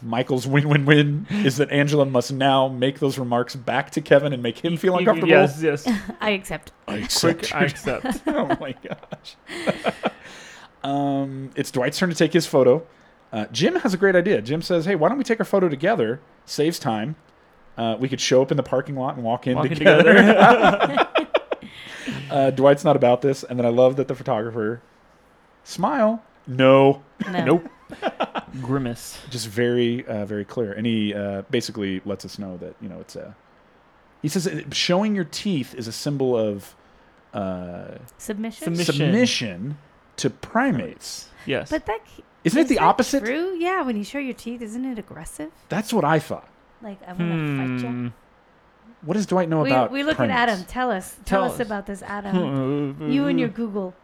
Michael's win win win is that Angela must now make those remarks back to Kevin and make him feel
You- you-
uncomfortable.
Yes, yes.
I accept.
I
Quick, I accept.
oh my gosh. um, it's Dwight's turn to take his photo. Uh, Jim has a great idea. Jim says, "Hey, why don't we take our photo together? Saves time. Uh, we could show up in the parking lot and walk in
Walking
together."
together.
uh, Dwight's not about this, and then I love that the photographer smile. No,
No.
nope.
Grimace.
Just very, uh, very clear, and he uh, basically lets us know that you know it's a. He says uh, showing your teeth is a symbol of uh,
Submission?
Submission.
submission to primates.
Yes.
But that c-
Isn't it
is
the
that
opposite?
True? Yeah, when you show your teeth, isn't it aggressive?
That's what I thought.
Like I want to fight you.
Hmm.
What does Dwight know
we,
about?
we look at
primates?
Adam. Tell us. Tell,
Tell
us.
us.
about this,
Hmm.
Adam. you and
Mm-hmm.
your Google.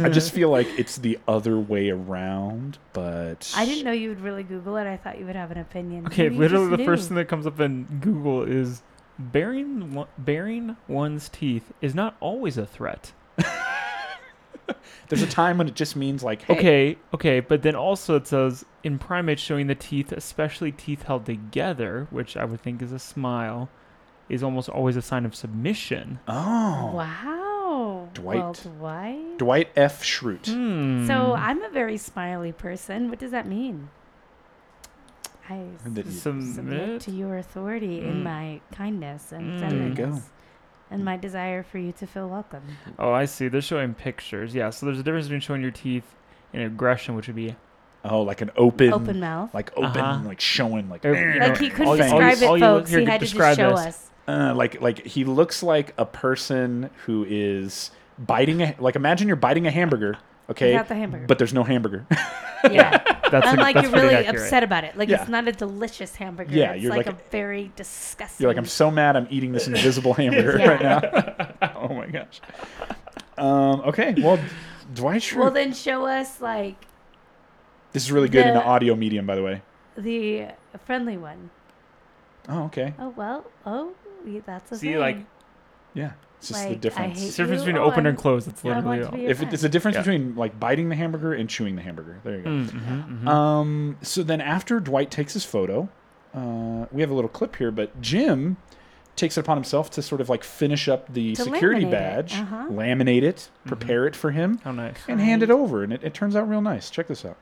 I just feel like it's the other way around, but
I didn't know you would really Google it. I thought you would have an opinion.
Okay,
Maybe you
literally the
just
first thing
knew.
that comes up in Google is burying one- burying one's teeth is not always a threat.
There's a time when it just means like, hey,
Okay, okay, but then also it says in primates showing the teeth, especially teeth held together, which I would think is a smile, is almost always a sign of submission.
oh,
Wow.
Dwight.
Well, Dwight.
Dwight F. Schrute.
Hmm.
Mm.
So I'm a very smiley person. What does that mean? I
That you-
submit
Submit. Mm.
to your authority in my kindness and
There you
friendliness
go.
and my desire for you to feel welcome.
Oh, I see. They're showing pictures. Yeah. So there's a difference between showing your teeth and aggression, which would be
Oh, like an open,
Open mouth.
like open,
Uh-huh.
like showing, like
Or,
"Eh,"
you
Like
know,
he couldn't
all you- all you-
describe
all
it,
you look
folks.
here
He
could
had to just
describe
show
this.
us.
uh, like like he looks like a person who is biting a like imagine you're biting a hamburger, okay?
Without the hamburger.
But there's no hamburger.
Yeah.
That's
And like
that's
you're
pretty
really
accurate.
upset about it. Like
Yeah.
it's not a delicious hamburger.
Yeah,
it's
you're
like,
like-
a very disgusting.
you're like I'm so mad I'm eating this invisible hamburger
Yeah.
right now. oh my gosh. Um, okay, well, Dwight Schrute.
well, then show us like
this is really good in
the-
the audio medium, by the way.
the friendly one.
Oh, okay.
Oh well. Oh, yeah, that's a
See,
thing.
like
Yeah, it's just the
Like, I
difference.
it's
hate
the difference
you
between open
on-
and closed. That's
I want
literally
to
all.
be
if it,
friend.
it's the difference
Yeah.
between like biting the hamburger and chewing the hamburger. There you go.
Mm, mhm, mhm.
Mm-hmm.
Um, so then after Dwight takes his photo, uh, we have a little clip here, but Jim takes it upon himself to sort of like finish up the
To
security
laminate it,
badge,
uh-huh.
laminate it, prepare it for him,
How nice.
and hand it over. And it, it turns out real nice. Check this out.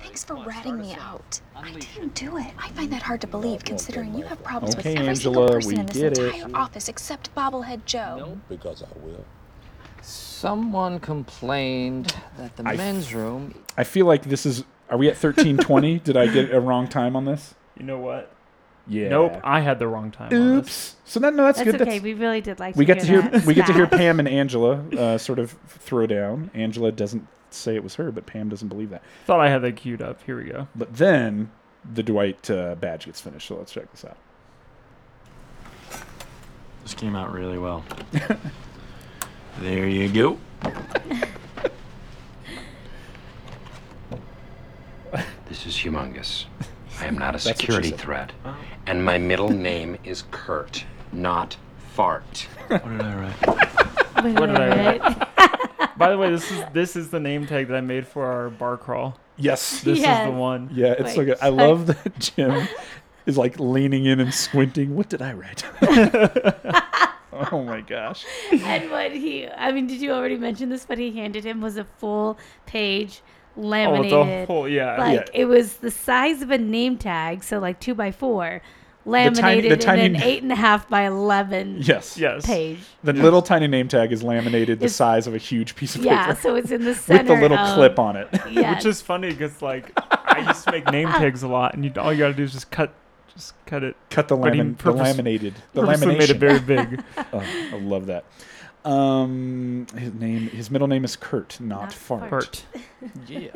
Thanks for ratting me out.
I didn't do it.
I find that hard to believe, considering you have problems
Okay,
with every
Angela,
single person
we
in this
get it.
entire office except Bobblehead Joe.
Because I will.
Someone complained that the
I-
men's room
I feel like this is. Are we at thirteen twenty? Did I get a wrong time on this?
You know what?
Yeah.
Nope, I had the wrong time. on this.
Oops. So then, no, that's,
That's
good.
okay.
That's-
we really did like.
we get to hear
that.
we get to hear
Stat.
Pam and Angela uh, sort of throw down. Angela doesn't say it was her, but Pam doesn't believe that.
Thought I had that queued up. Here we go.
But then the Dwight uh, badge gets finished. So let's check this out.
This came out really well. there you go.
This is humongous. I am not a
what she
security
said.
threat.
Oh.
And my middle name is Kurt, not Fart.
What did I write?
Wait,
What
wait,
did I-
wait.
By the way, this is this is the name tag that I made for our bar crawl.
Yes.
This
Yes.
is the one.
Yeah, it's so
Wait,
good. I
so-
love that Jim is like leaning in and squinting. What did I write? oh my gosh.
And what he, I mean, did you already mention this? What he handed him was a full page
Oh,
laminated.
the whole yeah.
like it was the size of a name tag, so like two by four,
tiny- the
laminated
tiny-
in an eight and a half by eleven
Yes.
yes.
page.
The little tiny name tag is laminated the
It's-
size of a huge piece of
Yeah,
paper
so it's um, in the
with
center
the little
of,
clip on it.
Yes.
Which is funny because like I used to make name tags a lot, and you, all you gotta do is just cut, just cut it.
Cut the,
But he
lamin- the
purpose-
laminated. The
Purposely
lamination.
made it very big.
Oh, I love that. Um, his name, his middle name is Kurt, not,
Not
Fart.
Hurt.
Yeah.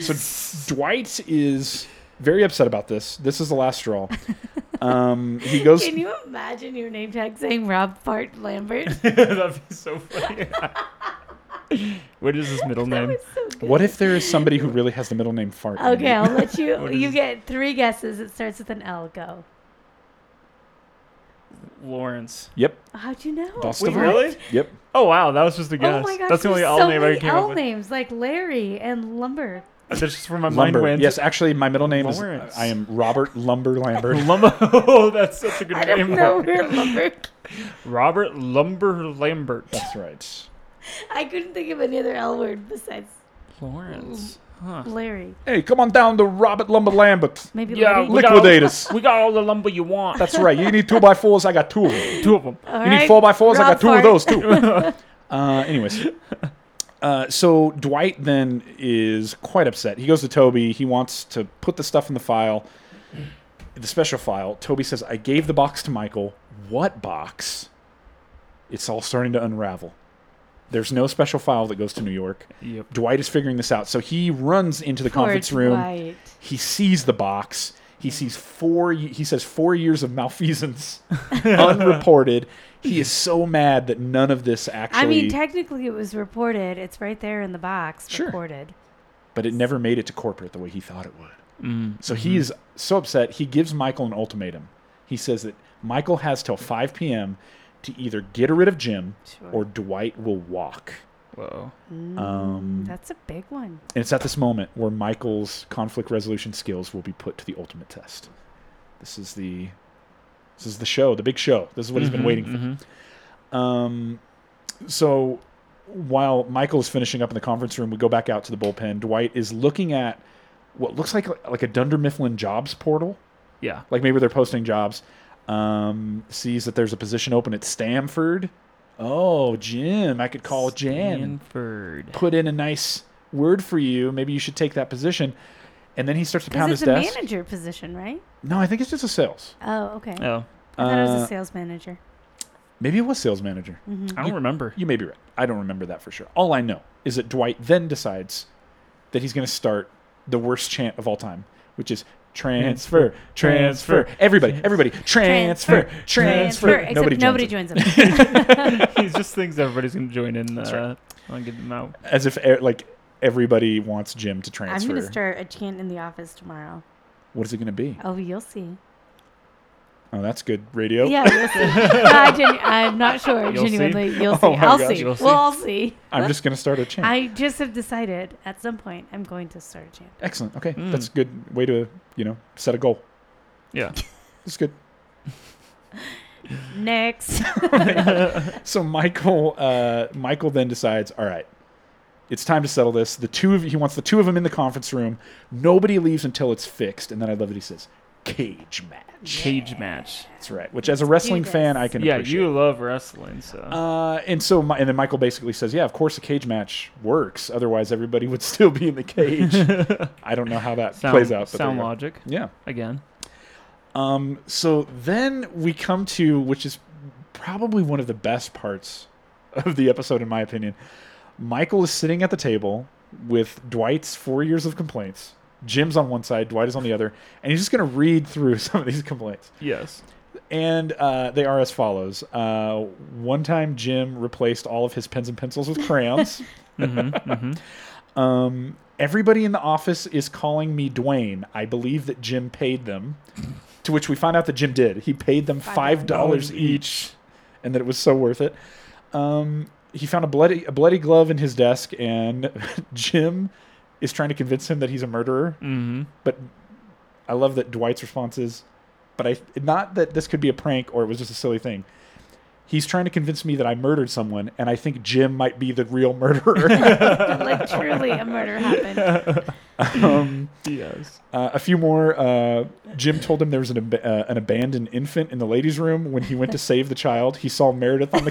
So Dwight is very upset about this. This is the last straw. Um, he goes.
Can you imagine your name tag saying Rob Fart Lambert?
That'd be so funny. what is his middle
That
name?
was so good.
What if there is somebody who really has the middle name Fart? in
Okay,
it?
I'll let you.
What
you
is-
get three guesses. It starts with an L. Go.
Lawrence.
Yep.
How'd you know?
Dustin.
Wait,
Stefan.
really?
Yep.
Oh wow, that was just a
Oh
guess.
my gosh,
That's the only
there's
L
so
name I
many
came
L
up with.
names like Larry and Lumber.
That's just where my
Lumber.
mind went.
Yes, actually, my middle name
Lawrence.
is. I am Robert Lumber Lambert.
Lumber. Oh, that's such a good
I
name.
don't know where Lumber.
Robert Lumber Lambert.
That's right.
I couldn't think of any other L word besides
Lawrence.
Larry.
Hey, come on down to Robert Lumber Lambert.
Maybe
Yeah,
Larry.
we got-
Liquidators.
We got all the lumber you want.
That's right. You need two by fours. I got two of them.
two of them.
All
You need
right,
four by fours. I
Rob
got two of
Fart.
those too. uh, anyways, uh, so Dwight then is quite upset. He goes to Toby. He wants to put the stuff in the file, the special file. Toby says, "I gave the box to Michael. What box? It's all starting to unravel. There's no special file that goes to New York."
Yep.
Dwight is figuring this out, so he runs into the
Poor
conference room.
Dwight.
He sees the box. He sees four. y- He says four years of malfeasance, unreported. He is so mad that none of this actually.
I mean, technically, it was reported. It's right there in the box.
Sure.
Reported.
but it never made it to corporate the way he thought it would. So he is so upset. He gives Michael an ultimatum. He says that Michael has till 5 p.m. to either get rid of Jim or Dwight will walk.
Whoa.
Um,
That's a big one.
And it's at this moment where Michael's conflict resolution skills will be put to the ultimate test. This is the this is the show, the big show. This is what he's been waiting for. Um, so while Michael's finishing up in the conference room, we go back out to the bullpen. Dwight is looking at what looks like like a Dunder Mifflin jobs portal.
Yeah.
Like maybe they're posting jobs. Um, sees that there's a position open at Stanford. Oh, Jim, I could call Jan and
Stanford.
put in a nice word for you. Maybe you should take that position. And then he starts to pound
it's
his
a
desk.
manager position, right?
No, I think it's just a sales.
Oh, okay.
Oh,
I thought it was
Uh,
a sales Mm-hmm. manager.
Maybe it was sales manager.
I don't remember.
You may be right. I don't remember that for sure. All I know is that Dwight then decides that he's going to start the worst chant of all time, which is transfer, transfer. Everybody, everybody, transfer, transfer.
Except
Nobody, nobody
nobody,
joins.
joins him.
he just thinks everybody's going to join in. Uh, I'll get them out.
it. As if eh, like everybody wants Jim to
I'm
transfer.
going to start a chant in the office tomorrow.
What is it going to be?
Oh, you'll see.
Oh, that's good radio.
Yeah, you'll see. No, I genu- I'm not sure.
You'll see?
genuinely, you'll see.
Oh my
I'll
gosh,
see.
you'll see.
Well, I'll see.
I'm just going to start a chant.
I just have decided at some point I'm going to start a chant.
Excellent. Okay,
Hmm.
that's a good way to you know set a goal.
Yeah.
That's good.
Next.
So Michael, uh, Michael then decides, all right, it's time to settle this. The two of he wants the two of them in the conference room. Nobody leaves until it's fixed. And then I love that he says, cage match.
Cage match.
That's right. Which as a wrestling
this.
fan, I can
Yeah,
appreciate.
you love wrestling, so.
Uh, and so, my, and then Michael basically says, "Yeah, of course, a cage match works. Otherwise, everybody would still be in the cage." I don't know how that
sound,
plays out. But
Sound
there you go.
logic.
Yeah.
Again.
Um, so then we come to which is probably one of the best parts of the episode, in my opinion. Michael is sitting at the table with Dwight's four years of complaints. Jim's on one side, Dwight is on the other, and he's just going to read through some of these complaints.
Yes.
And uh, they are as follows. Uh, one time, Jim replaced all of his pens and pencils with crayons. um, everybody in the office is calling me Dwayne. I believe that Jim paid them. to which we find out that Jim did. He paid them five dollars each, and that it was so worth it. Um, he found a bloody a bloody glove in his desk, and Jim is trying to convince him that he's a murderer.
Mm-hmm.
But I love that Dwight's response is, but I not that this could be a prank or it was just a silly thing. He's trying to convince me that I murdered someone, and I think Jim might be the real murderer.
like, truly, a murder happened.
Um, Yes.
uh, a few more. Uh, Jim told him there was an, ab- uh, an abandoned infant in the ladies' room. When he went to save the child, he saw Meredith on the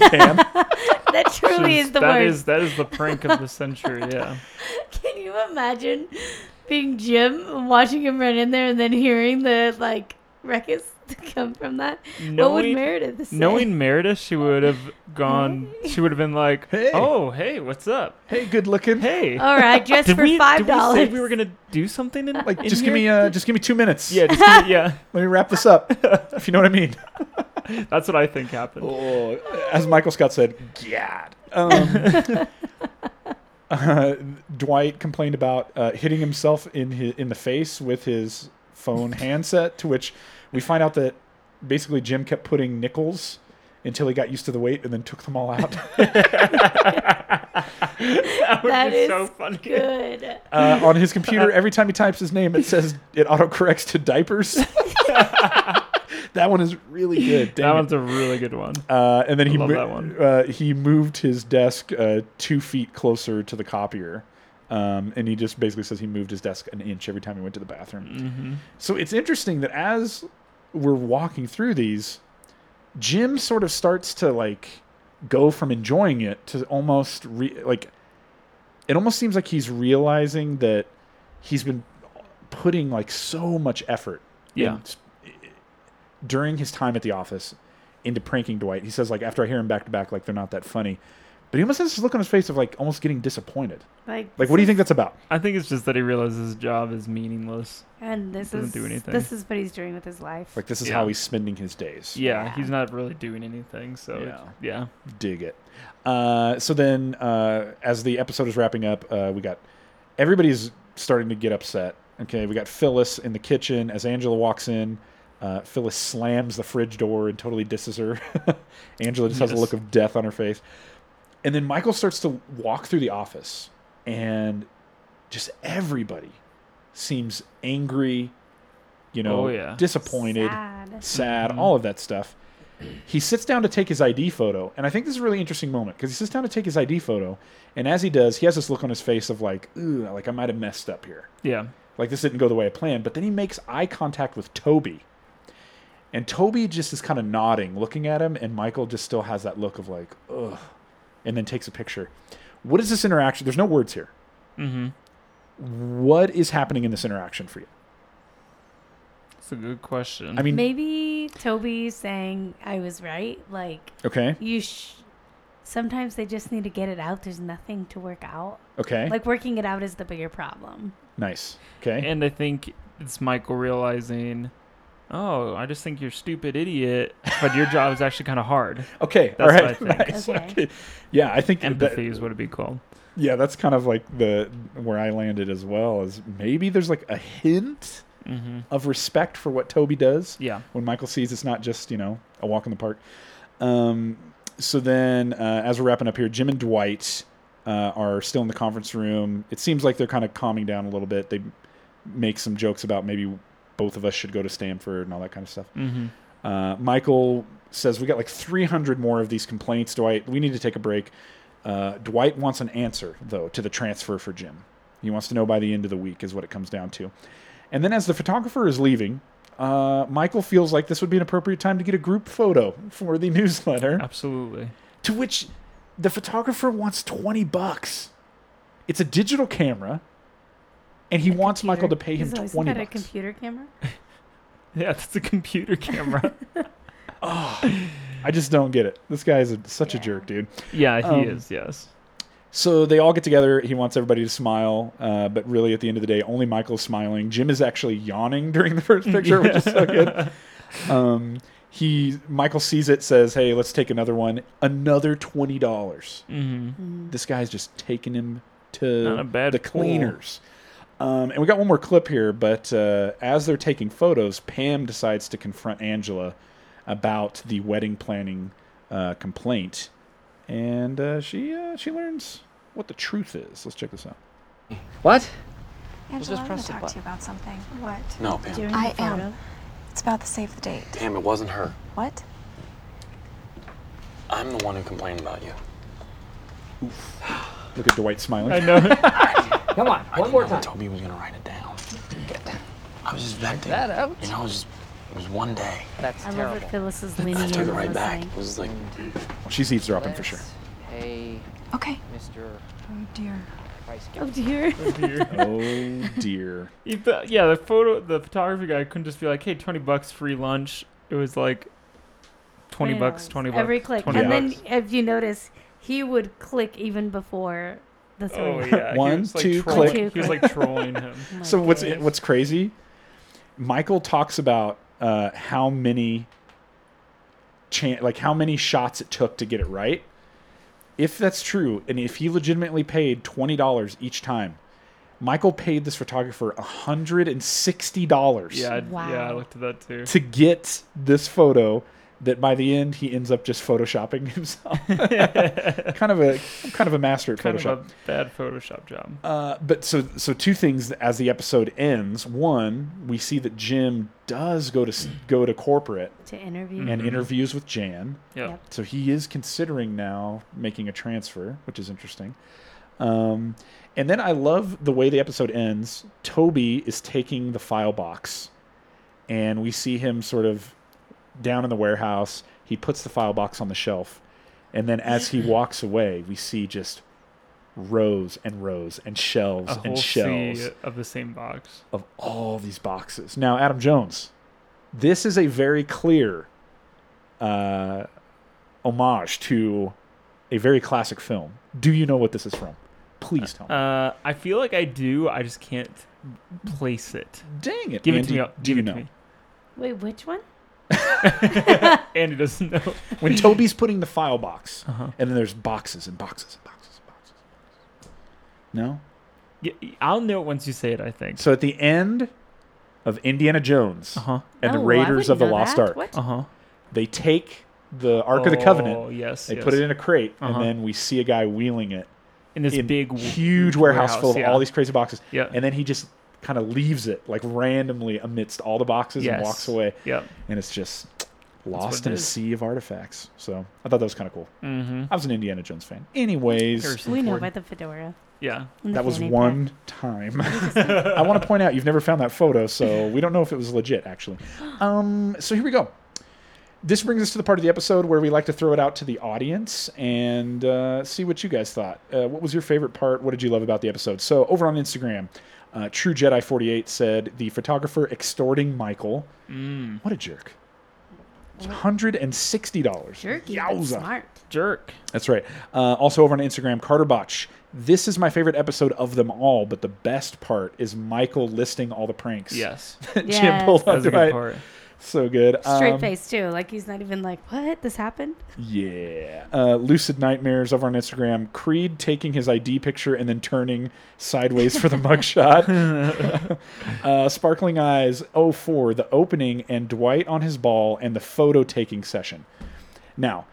can.
That truly is the
That
worst.
is- that is the prank of the century, yeah.
Can you imagine being Jim and watching him run in there and then hearing the like ruckus that come from that? what would
Knowing-
Meredith say?
Knowing Meredith, she would have gone. She would have been like, "Oh, hey, what's up?
hey, good looking.
Hey,
all right, just
did
for
we
five
did we say
dollars.
we were gonna do something in
Like,
in
just give me
here?
uh, just give me two minutes.
yeah, just give me, yeah.
let me wrap this up. if you know what I mean.
That's what I think happened.
Oh, as Michael Scott said, "God." Um, uh, Dwight complained about uh, hitting himself in his, in the face with his phone handset, to which we find out that basically Jim kept putting nickels until he got used to the weight and then took them all out.
That would
that
be
is
so funny.
good.
Uh, on his computer, every time he types his name, it says it autocorrects to diapers. that one is really good.
That
Dang it.
one's a really good one.
Uh, and then he
love
mo-
that one.
Uh, he moved his desk uh, two feet closer to the copier, um, and he just basically says he moved his desk an inch every time he went to the bathroom.
Mm-hmm.
So it's interesting that as we're walking through these, Jim sort of starts to like go from enjoying it to almost re- like it almost seems like he's realizing that he's been putting like so much effort
Yeah.
in- during his time at the office into pranking Dwight. He says like after I hear him back to back like they're not that funny. But he almost has this look on his face of like almost getting disappointed.
Like,
Like what do you think that's about?
I think it's just that he realizes his job is meaningless.
and this
Doesn't
is
do anything.
this is what he's doing with his life.
Like this is
Yeah.
how he's spending his days.
Yeah, he's not really doing anything. So
Yeah.
it's- yeah,
dig it. Uh, so then, uh, as the episode is wrapping up, uh, we got everybody's starting to get upset. Okay, we got Phyllis in the kitchen as Angela walks in. Uh, Phyllis slams the fridge door and totally disses her. Angela just has a
Yes.
look of death on her face. And then Michael starts to walk through the office, and just everybody seems angry, you know,
Oh, yeah.
disappointed
Sad.
sad, all of that stuff. he sits down to take his ID photo, and I think this is a really interesting moment because he sits down to take his ID photo, and as he does, he has this look on his face of like, Ugh, like I might have messed up here,
Yeah.
like this didn't go the way I planned. But then he makes eye contact with Toby, and Toby just is kind of nodding, looking at him, and Michael just still has that look of like, ugh, and then takes a picture. What is this interaction? There's no words here. Mm-hmm. is happening in this interaction for you?
That's a good question.
I mean,
Maybe Toby saying I was right. Like
okay,
you. Sh- Sometimes they just need to get it out. There's nothing to work out.
okay,
Like working it out is the bigger problem.
nice, okay,
and I think it's Michael realizing, oh, I just think you're a stupid idiot, but your job is actually kind of hard.
okay, all right,
That's what I think.
nice,
Okay.
okay. yeah, I think that-
Empathy is what it'd be called.
yeah, that's kind of like the where I landed as well. Is maybe there's like a hint of respect for what Toby does.
Mm-hmm. Yeah.
When Michael sees it's not just you know a walk in the park. Um, so then, uh, as we're wrapping up here, Jim and Dwight uh, are still in the conference room. It seems like they're kind of calming down a little bit. They make some jokes about maybe both of us should go to Stanford and all that kind of stuff. Uh, Michael says we got like 300 more of these complaints. Dwight, we need to take a break. Uh, Dwight wants an answer though to the transfer for Jim. He wants to know by the end of the week is what it comes down to. And then as the photographer is leaving, uh, Michael feels like this would be an appropriate time to get a group photo for the newsletter.
Absolutely.
To which the photographer wants 20 bucks. It's a digital camera, and he wants Michael to pay him
He's always
20
got
bucks.
a computer camera.
Yeah, that's a computer camera.
I just don't get it. This guy is a, such a jerk, dude.
yeah, he
Um,
is. Yes.
So they all get together. He wants everybody to smile, uh, but really, at the end of the day, only Michael's smiling. Jim is actually yawning during the first picture, which is so good. Um, he Michael sees it, says, "Hey, let's take another one. Another twenty dollars." This guy's just taking him to
Mm-hmm. Not a bad
the
pull.
cleaners. Um, and we got one more clip here, but uh, as they're taking photos, Pam decides to confront Angela about the wedding planning uh, complaint and uh, she uh, she learns what the truth is. Let's check this out.
What? I
Angela,
wanna press the talk to button.
about something. What?
No, Pam.
During
I
the
am.
photo.
It's about the save the date.
Pam, it wasn't her.
What?
I'm the one who complained about you.
Look at Dwight smiling.
Come on, one more time.
Toby was gonna write it down. I was just venting.
that out.
You know, it was, it was one day.
That's
I love
terrible.
that Phyllis is leaning
I
in
took it
and
right back.
listening.
It was like,
She's eavesdropping for sure.
Hey,
Okay.
Mr.
Oh dear.
Price.
Oh dear.
Oh dear.
He th- yeah, the photo, the photography guy couldn't just be like, "Hey, twenty bucks free lunch." It was like twenty
I
bucks,
know.
twenty bucks,
Every click.
20
Yeah.
and then
bucks.
if you notice, he would click even before the three.
oh yeah, he
One,
was, like,
two,
trolling-
click.
He was like trolling him.
Oh my
So what's
goodness.
what's crazy? Michael talks about uh, how many chan- like how many shots it took to get it right. If that's true, and if he legitimately paid twenty dollars each time, Michael paid this photographer hundred and sixty dollars.
Yeah, I, yeah, I
Wow.
looked at that too.
to get this photo that by the end he ends up just photoshopping himself. kind of a kind of a master at
Kind
Photoshop.
of a bad Photoshop job.
Uh, but so so two things as the episode ends. One, we see that Jim does go to s- go to corporate
to interview?
and
Mm-hmm.
interviews with Jan.
yeah.
Yep.
So he is considering now making a transfer, which is interesting. Um, and then I love the way the episode ends. Toby is taking the file box, and we see him sort of down in the warehouse. He puts the file box on the shelf, and then as he walks away, we see just rows and rows and shelves
A
and
whole
shelves
sea of the same box.
of all these boxes. Now, Adam Jones, this is a very clear uh, homage to a very classic film. Do you know what this is from? Please tell me.
Uh, I feel like I do. I just can't place it.
Dang it!
Give it to
Andy,
me.
Do
give
you
it to
know
me.
Wait, which one?
Andy doesn't know.
when Toby's putting the file box,
Uh-huh.
and then there's boxes and boxes and boxes and boxes? No.
Yeah, I'll know it once you say it. I think.
So at the end of Indiana Jones
Uh huh.
and the
Oh, I
Raiders of the
wouldn't know
Lost
that.
Ark,
What?
Uh huh.
they take the Ark of the Covenant.
Oh, Yes.
They
yes.
put it in a crate,
Uh-huh.
and then we see a guy wheeling it
in this
in
big,
huge warehouse, full of
yeah.
all these crazy boxes.
Yeah.
And then he just kind of leaves it like randomly amidst all the boxes
Yes.
and walks away.
Yep.
And it's just lost
what it
in a
is.
sea of artifacts. So I thought that was kind of cool. Mm-hmm. I was an Indiana Jones fan. Anyways,
There's-
We know
Important.
by the fedora.
Yeah.
and the
Oh, that was
fanny pack.
one time. I want to point out you've never found that photo, so we don't know if it was legit actually. Um, so here we go. This brings us to the part of the episode where we like to throw it out to the audience and uh, see what you guys thought. Uh, what was your favorite part? What did you love about the episode? So over on Instagram, uh, True Jedi 48 said the photographer extorting Michael. What a jerk. Hundred and sixty dollars.
Jerky, but smart.
Jerk.
That's right. Uh, also over on Instagram, Carter Botch. This is my favorite episode of them all, but the best part is Michael listing all the pranks.
Yes.
Jim
Yes.
pulled
That's a
onto it.
good part.
So good.
Straight
Um,
face too. Like he's not even like, what? This happened?
Yeah. Uh, Lucid Nightmares over on Instagram. Creed taking his ID picture and then turning sideways for the mugshot. uh, Sparkling Eyes 04, the opening, and Dwight on his ball, and the photo taking session. Now,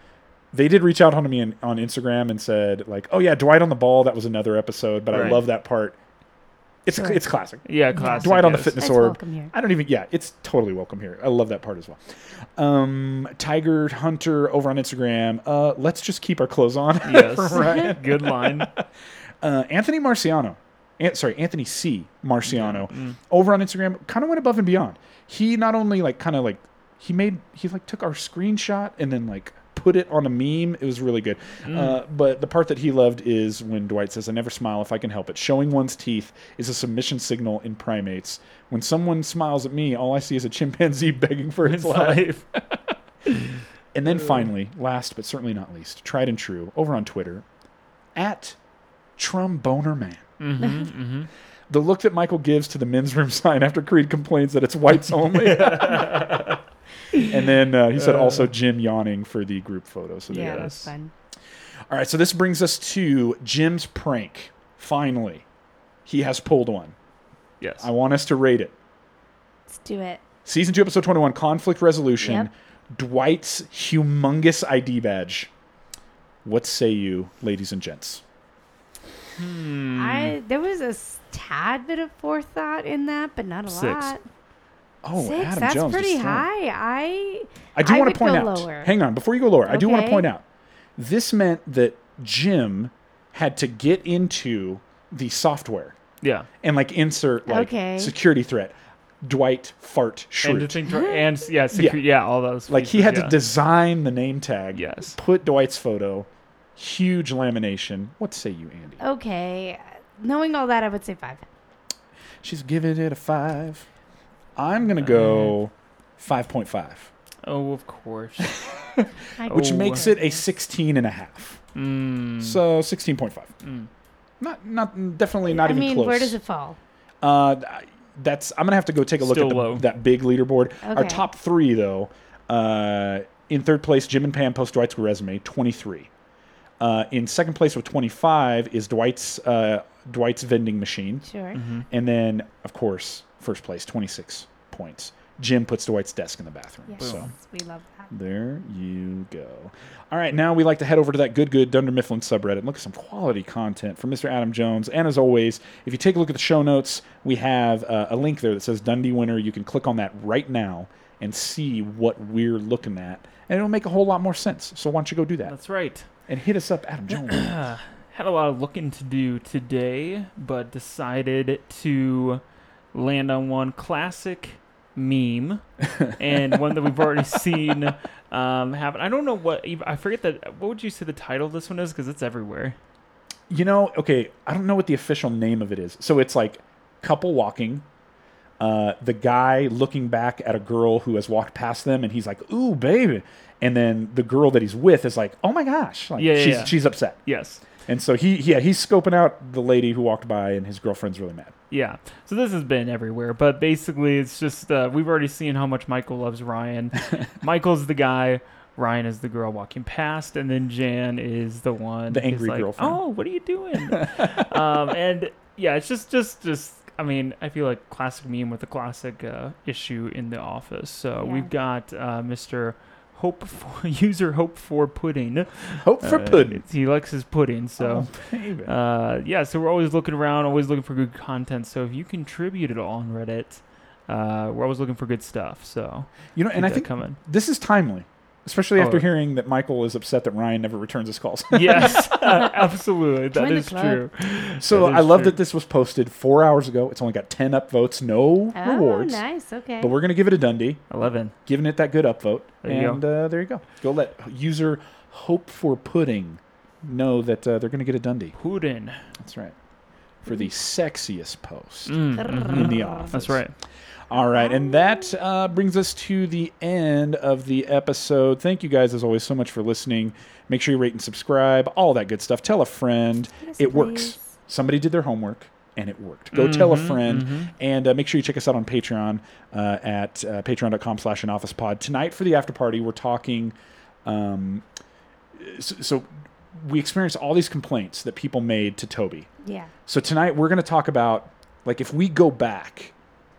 they did reach out to me in, on Instagram and said, like, oh, yeah, Dwight on the ball. That was another episode, but I
Right.
love that part. It's, it's classic.
Yeah, classic.
Dwight on the
yes.
fitness
It's
orb.
welcome here.
I don't even. Yeah, it's totally welcome here. I love that part as well. Um, Tiger Hunter over on Instagram. Uh, let's just keep our clothes on.
Yes. Good line.
Uh, Anthony Marciano. An- sorry, Anthony C. Marciano over on Instagram kind of went above and beyond. He not only like kind of like he made he like took our screenshot and then like put it on a meme. It was really good. Uh, but the part that he loved is when Dwight says, "I never smile if I can help it." Showing one's teeth is a submission signal in primates. When someone smiles at me, all I see is a chimpanzee begging for its
It's
life.
life.
And then finally, last but certainly not least, tried and true, over on Twitter, at Tromboner Man.
Mm-hmm,
the look that Michael gives to the men's room sign after Creed complains that it's whites only. and then uh, he said also Jim yawning for the group photo. So there
Yeah,
you go.
that's fun.
All right, so this brings us to Jim's prank. Finally, he has pulled one.
Yes.
I want us to rate it.
Let's do it.
Season 2, Episode 21, Conflict Resolution,
Yep.
Dwight's humongous ID badge. What say you, ladies and gents? Hmm.
I there was a s- tad bit of forethought in that, but not a
Six.
lot.
Oh,
Six.
Adam
that's
Jones. just
pretty
thrown-
high. I
I do
I
want
would
to point
go
out.
lower.
Hang on, before you go lower, I do want to
Okay.
point out this meant that Jim had to get into the software
yeah.
and like insert like
Okay.
security threat. Dwight fart
And to
shroot.
think to, and yeah, security, yeah. all those.
Like he had to
features,
design the name tag.
Yes.
Put Dwight's photo. Huge lamination. What say you, Andy?
okay. Knowing all that, I would say five.
She's giving it a five. I'm gonna go five point five,
yeah. Oh, of course.
I
which
Oh.
makes it a 16 and a half.
Mm.
So 16.5. Not, not, definitely not
I
even
mean,
close.
where does it fall?
Uh, that's. I'm gonna have to go take a look
Still
at the,
low.
that big leaderboard. Our
Okay.
top three, though, uh, in third place, Jim and Pam post Dwight's resume, 23. Uh, in second place with 25 is Dwight's uh, Dwight's vending machine,
Sure.
Mm-hmm. and then of course first place, 26 points. Jim puts Dwight's desk in the bathroom.
Yes,
So
we love that.
there you go. All right, now we like to head over to that good, good Dunder Mifflin subreddit and look at some quality content from Mr. Adam Jones. And as always, if you take a look at the show notes, we have uh, a link there that says Dundee Winner. You can click on that right now and see what we're looking at, and it'll make a whole lot more sense. So why don't you go do that
That's right.
and hit us up, Adam Jones?
Had a lot of looking to do today, but decided to land on one classic meme and one that we've already seen um, happen. I don't know what ev- I forget that. What would you say the title of this one is? Because it's everywhere.
you know, okay, I don't know what the official name of it is. So it's like couple walking. Uh, the guy looking back at a girl who has walked past them, and he's like, "Ooh, baby," and then the girl that he's with is like, "Oh my gosh!" Like,
Yeah, yeah,
she's
yeah.
she's upset,
Yes.
and so he yeah he's scoping out the lady who walked by, and his girlfriend's really mad.
Yeah. So this has been everywhere, but basically it's just uh, we've already seen how much Michael loves Ryan. Michael's the guy, Ryan is the girl walking past, and then Jan is the one
The
who's
angry
like,
girlfriend.
Oh, what are you doing? um, and yeah, it's just just just. I mean, I feel like classic meme with a classic uh, issue in the office. So
Yeah.
we've got uh, Mr. Hope for, user Hope for Pudding.
Hope for
Uh,
pudding.
He likes his pudding, so
Oh, baby.
uh, yeah, so we're always looking around, always looking for good content. So if you contribute at all on Reddit, uh, we're always looking for good stuff. So
You know, and I
that
think
coming.
this is timely, especially after
Oh.
hearing that Michael is upset that Ryan never returns his calls.
yes, absolutely, that
Join the
is
club.
true.
so
That
I
is
love
true.
that this was posted four hours ago. It's only got 10 upvotes, no
Oh,
rewards.
nice. Okay.
But we're going to give it a Dundee,
Eleven.
giving it that good upvote.
There you go.
and Uh, there you go. Go let user Hope for Pudding know that uh, they're going to get a Dundee.
Putin.
That's right. For the sexiest post
Grrr.
in the office.
Mm, mm-hmm. That's right.
All right, and that uh, brings us to the end of the episode. Thank you guys, as always, so much for listening. Make sure you rate and subscribe, all that good stuff. Tell a friend.
Yes,
it works.
please.
Somebody did their homework, and it worked. Go tell a friend, and uh, make sure you check us out on Patreon uh, at uh, patreon.com slash an office pod. Tonight for the after party, we're talking um, so, so we experienced all these complaints that people made to Toby.
Yeah.
So tonight we're going to talk about like if we go back,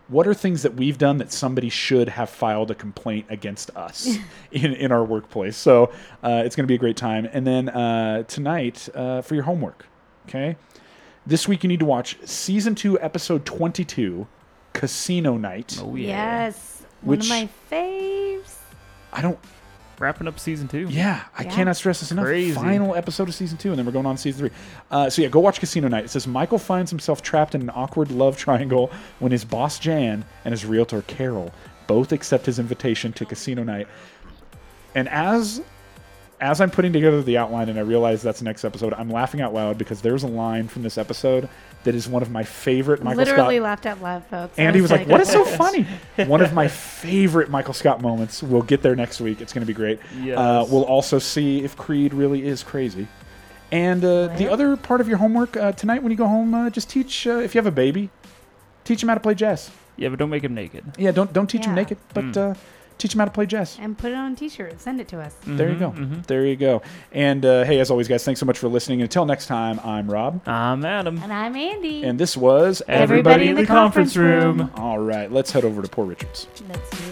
what are things that we've done that somebody should have filed a complaint against us in, in our workplace? So uh, it's going to be a great time. And then uh, tonight uh, for your homework, okay? This week you need to watch season two, episode twenty-two, Casino Night.
Oh yeah.
Yes.
Which-
One of my faves.
I don't.
Wrapping up season two.
Yeah, I
Yeah.
cannot stress this enough.
Crazy.
Final episode of season two, and then we're going on to season three. Uh, so yeah, go watch Casino Night. It says Michael finds himself trapped in an awkward love triangle when his boss Jan and his realtor Carol both accept his invitation to Casino Night. And as as I'm putting together the outline and I realize that's the next episode, I'm laughing out loud because there's a line from this episode that is one of my favorite Michael
Literally
Scott.
laughed out loud, folks. I
Andy was like,
"What
"What is so funny?" One of my favorite Michael Scott moments. We'll get there next week. It's going to be great. Uh,
Yes.
we'll also see if Creed really is crazy. And uh, the other part of your homework uh, tonight, when you go home, uh, just teach uh, if you have a baby, teach him how to play jazz.
Yeah, but don't make him naked.
Yeah, don't don't teach him
Yeah.
naked, but uh, teach him how to play jazz.
And put it on a T-shirt. Send it to us.
There you go. There you go. And uh, hey, as always, guys, thanks so much for listening. And until next time, I'm Rob,
I'm Adam.
And I'm Andy.
and this was
Everybody in the conference room.
All right, let's head over to Poor Richards.
Let's do it.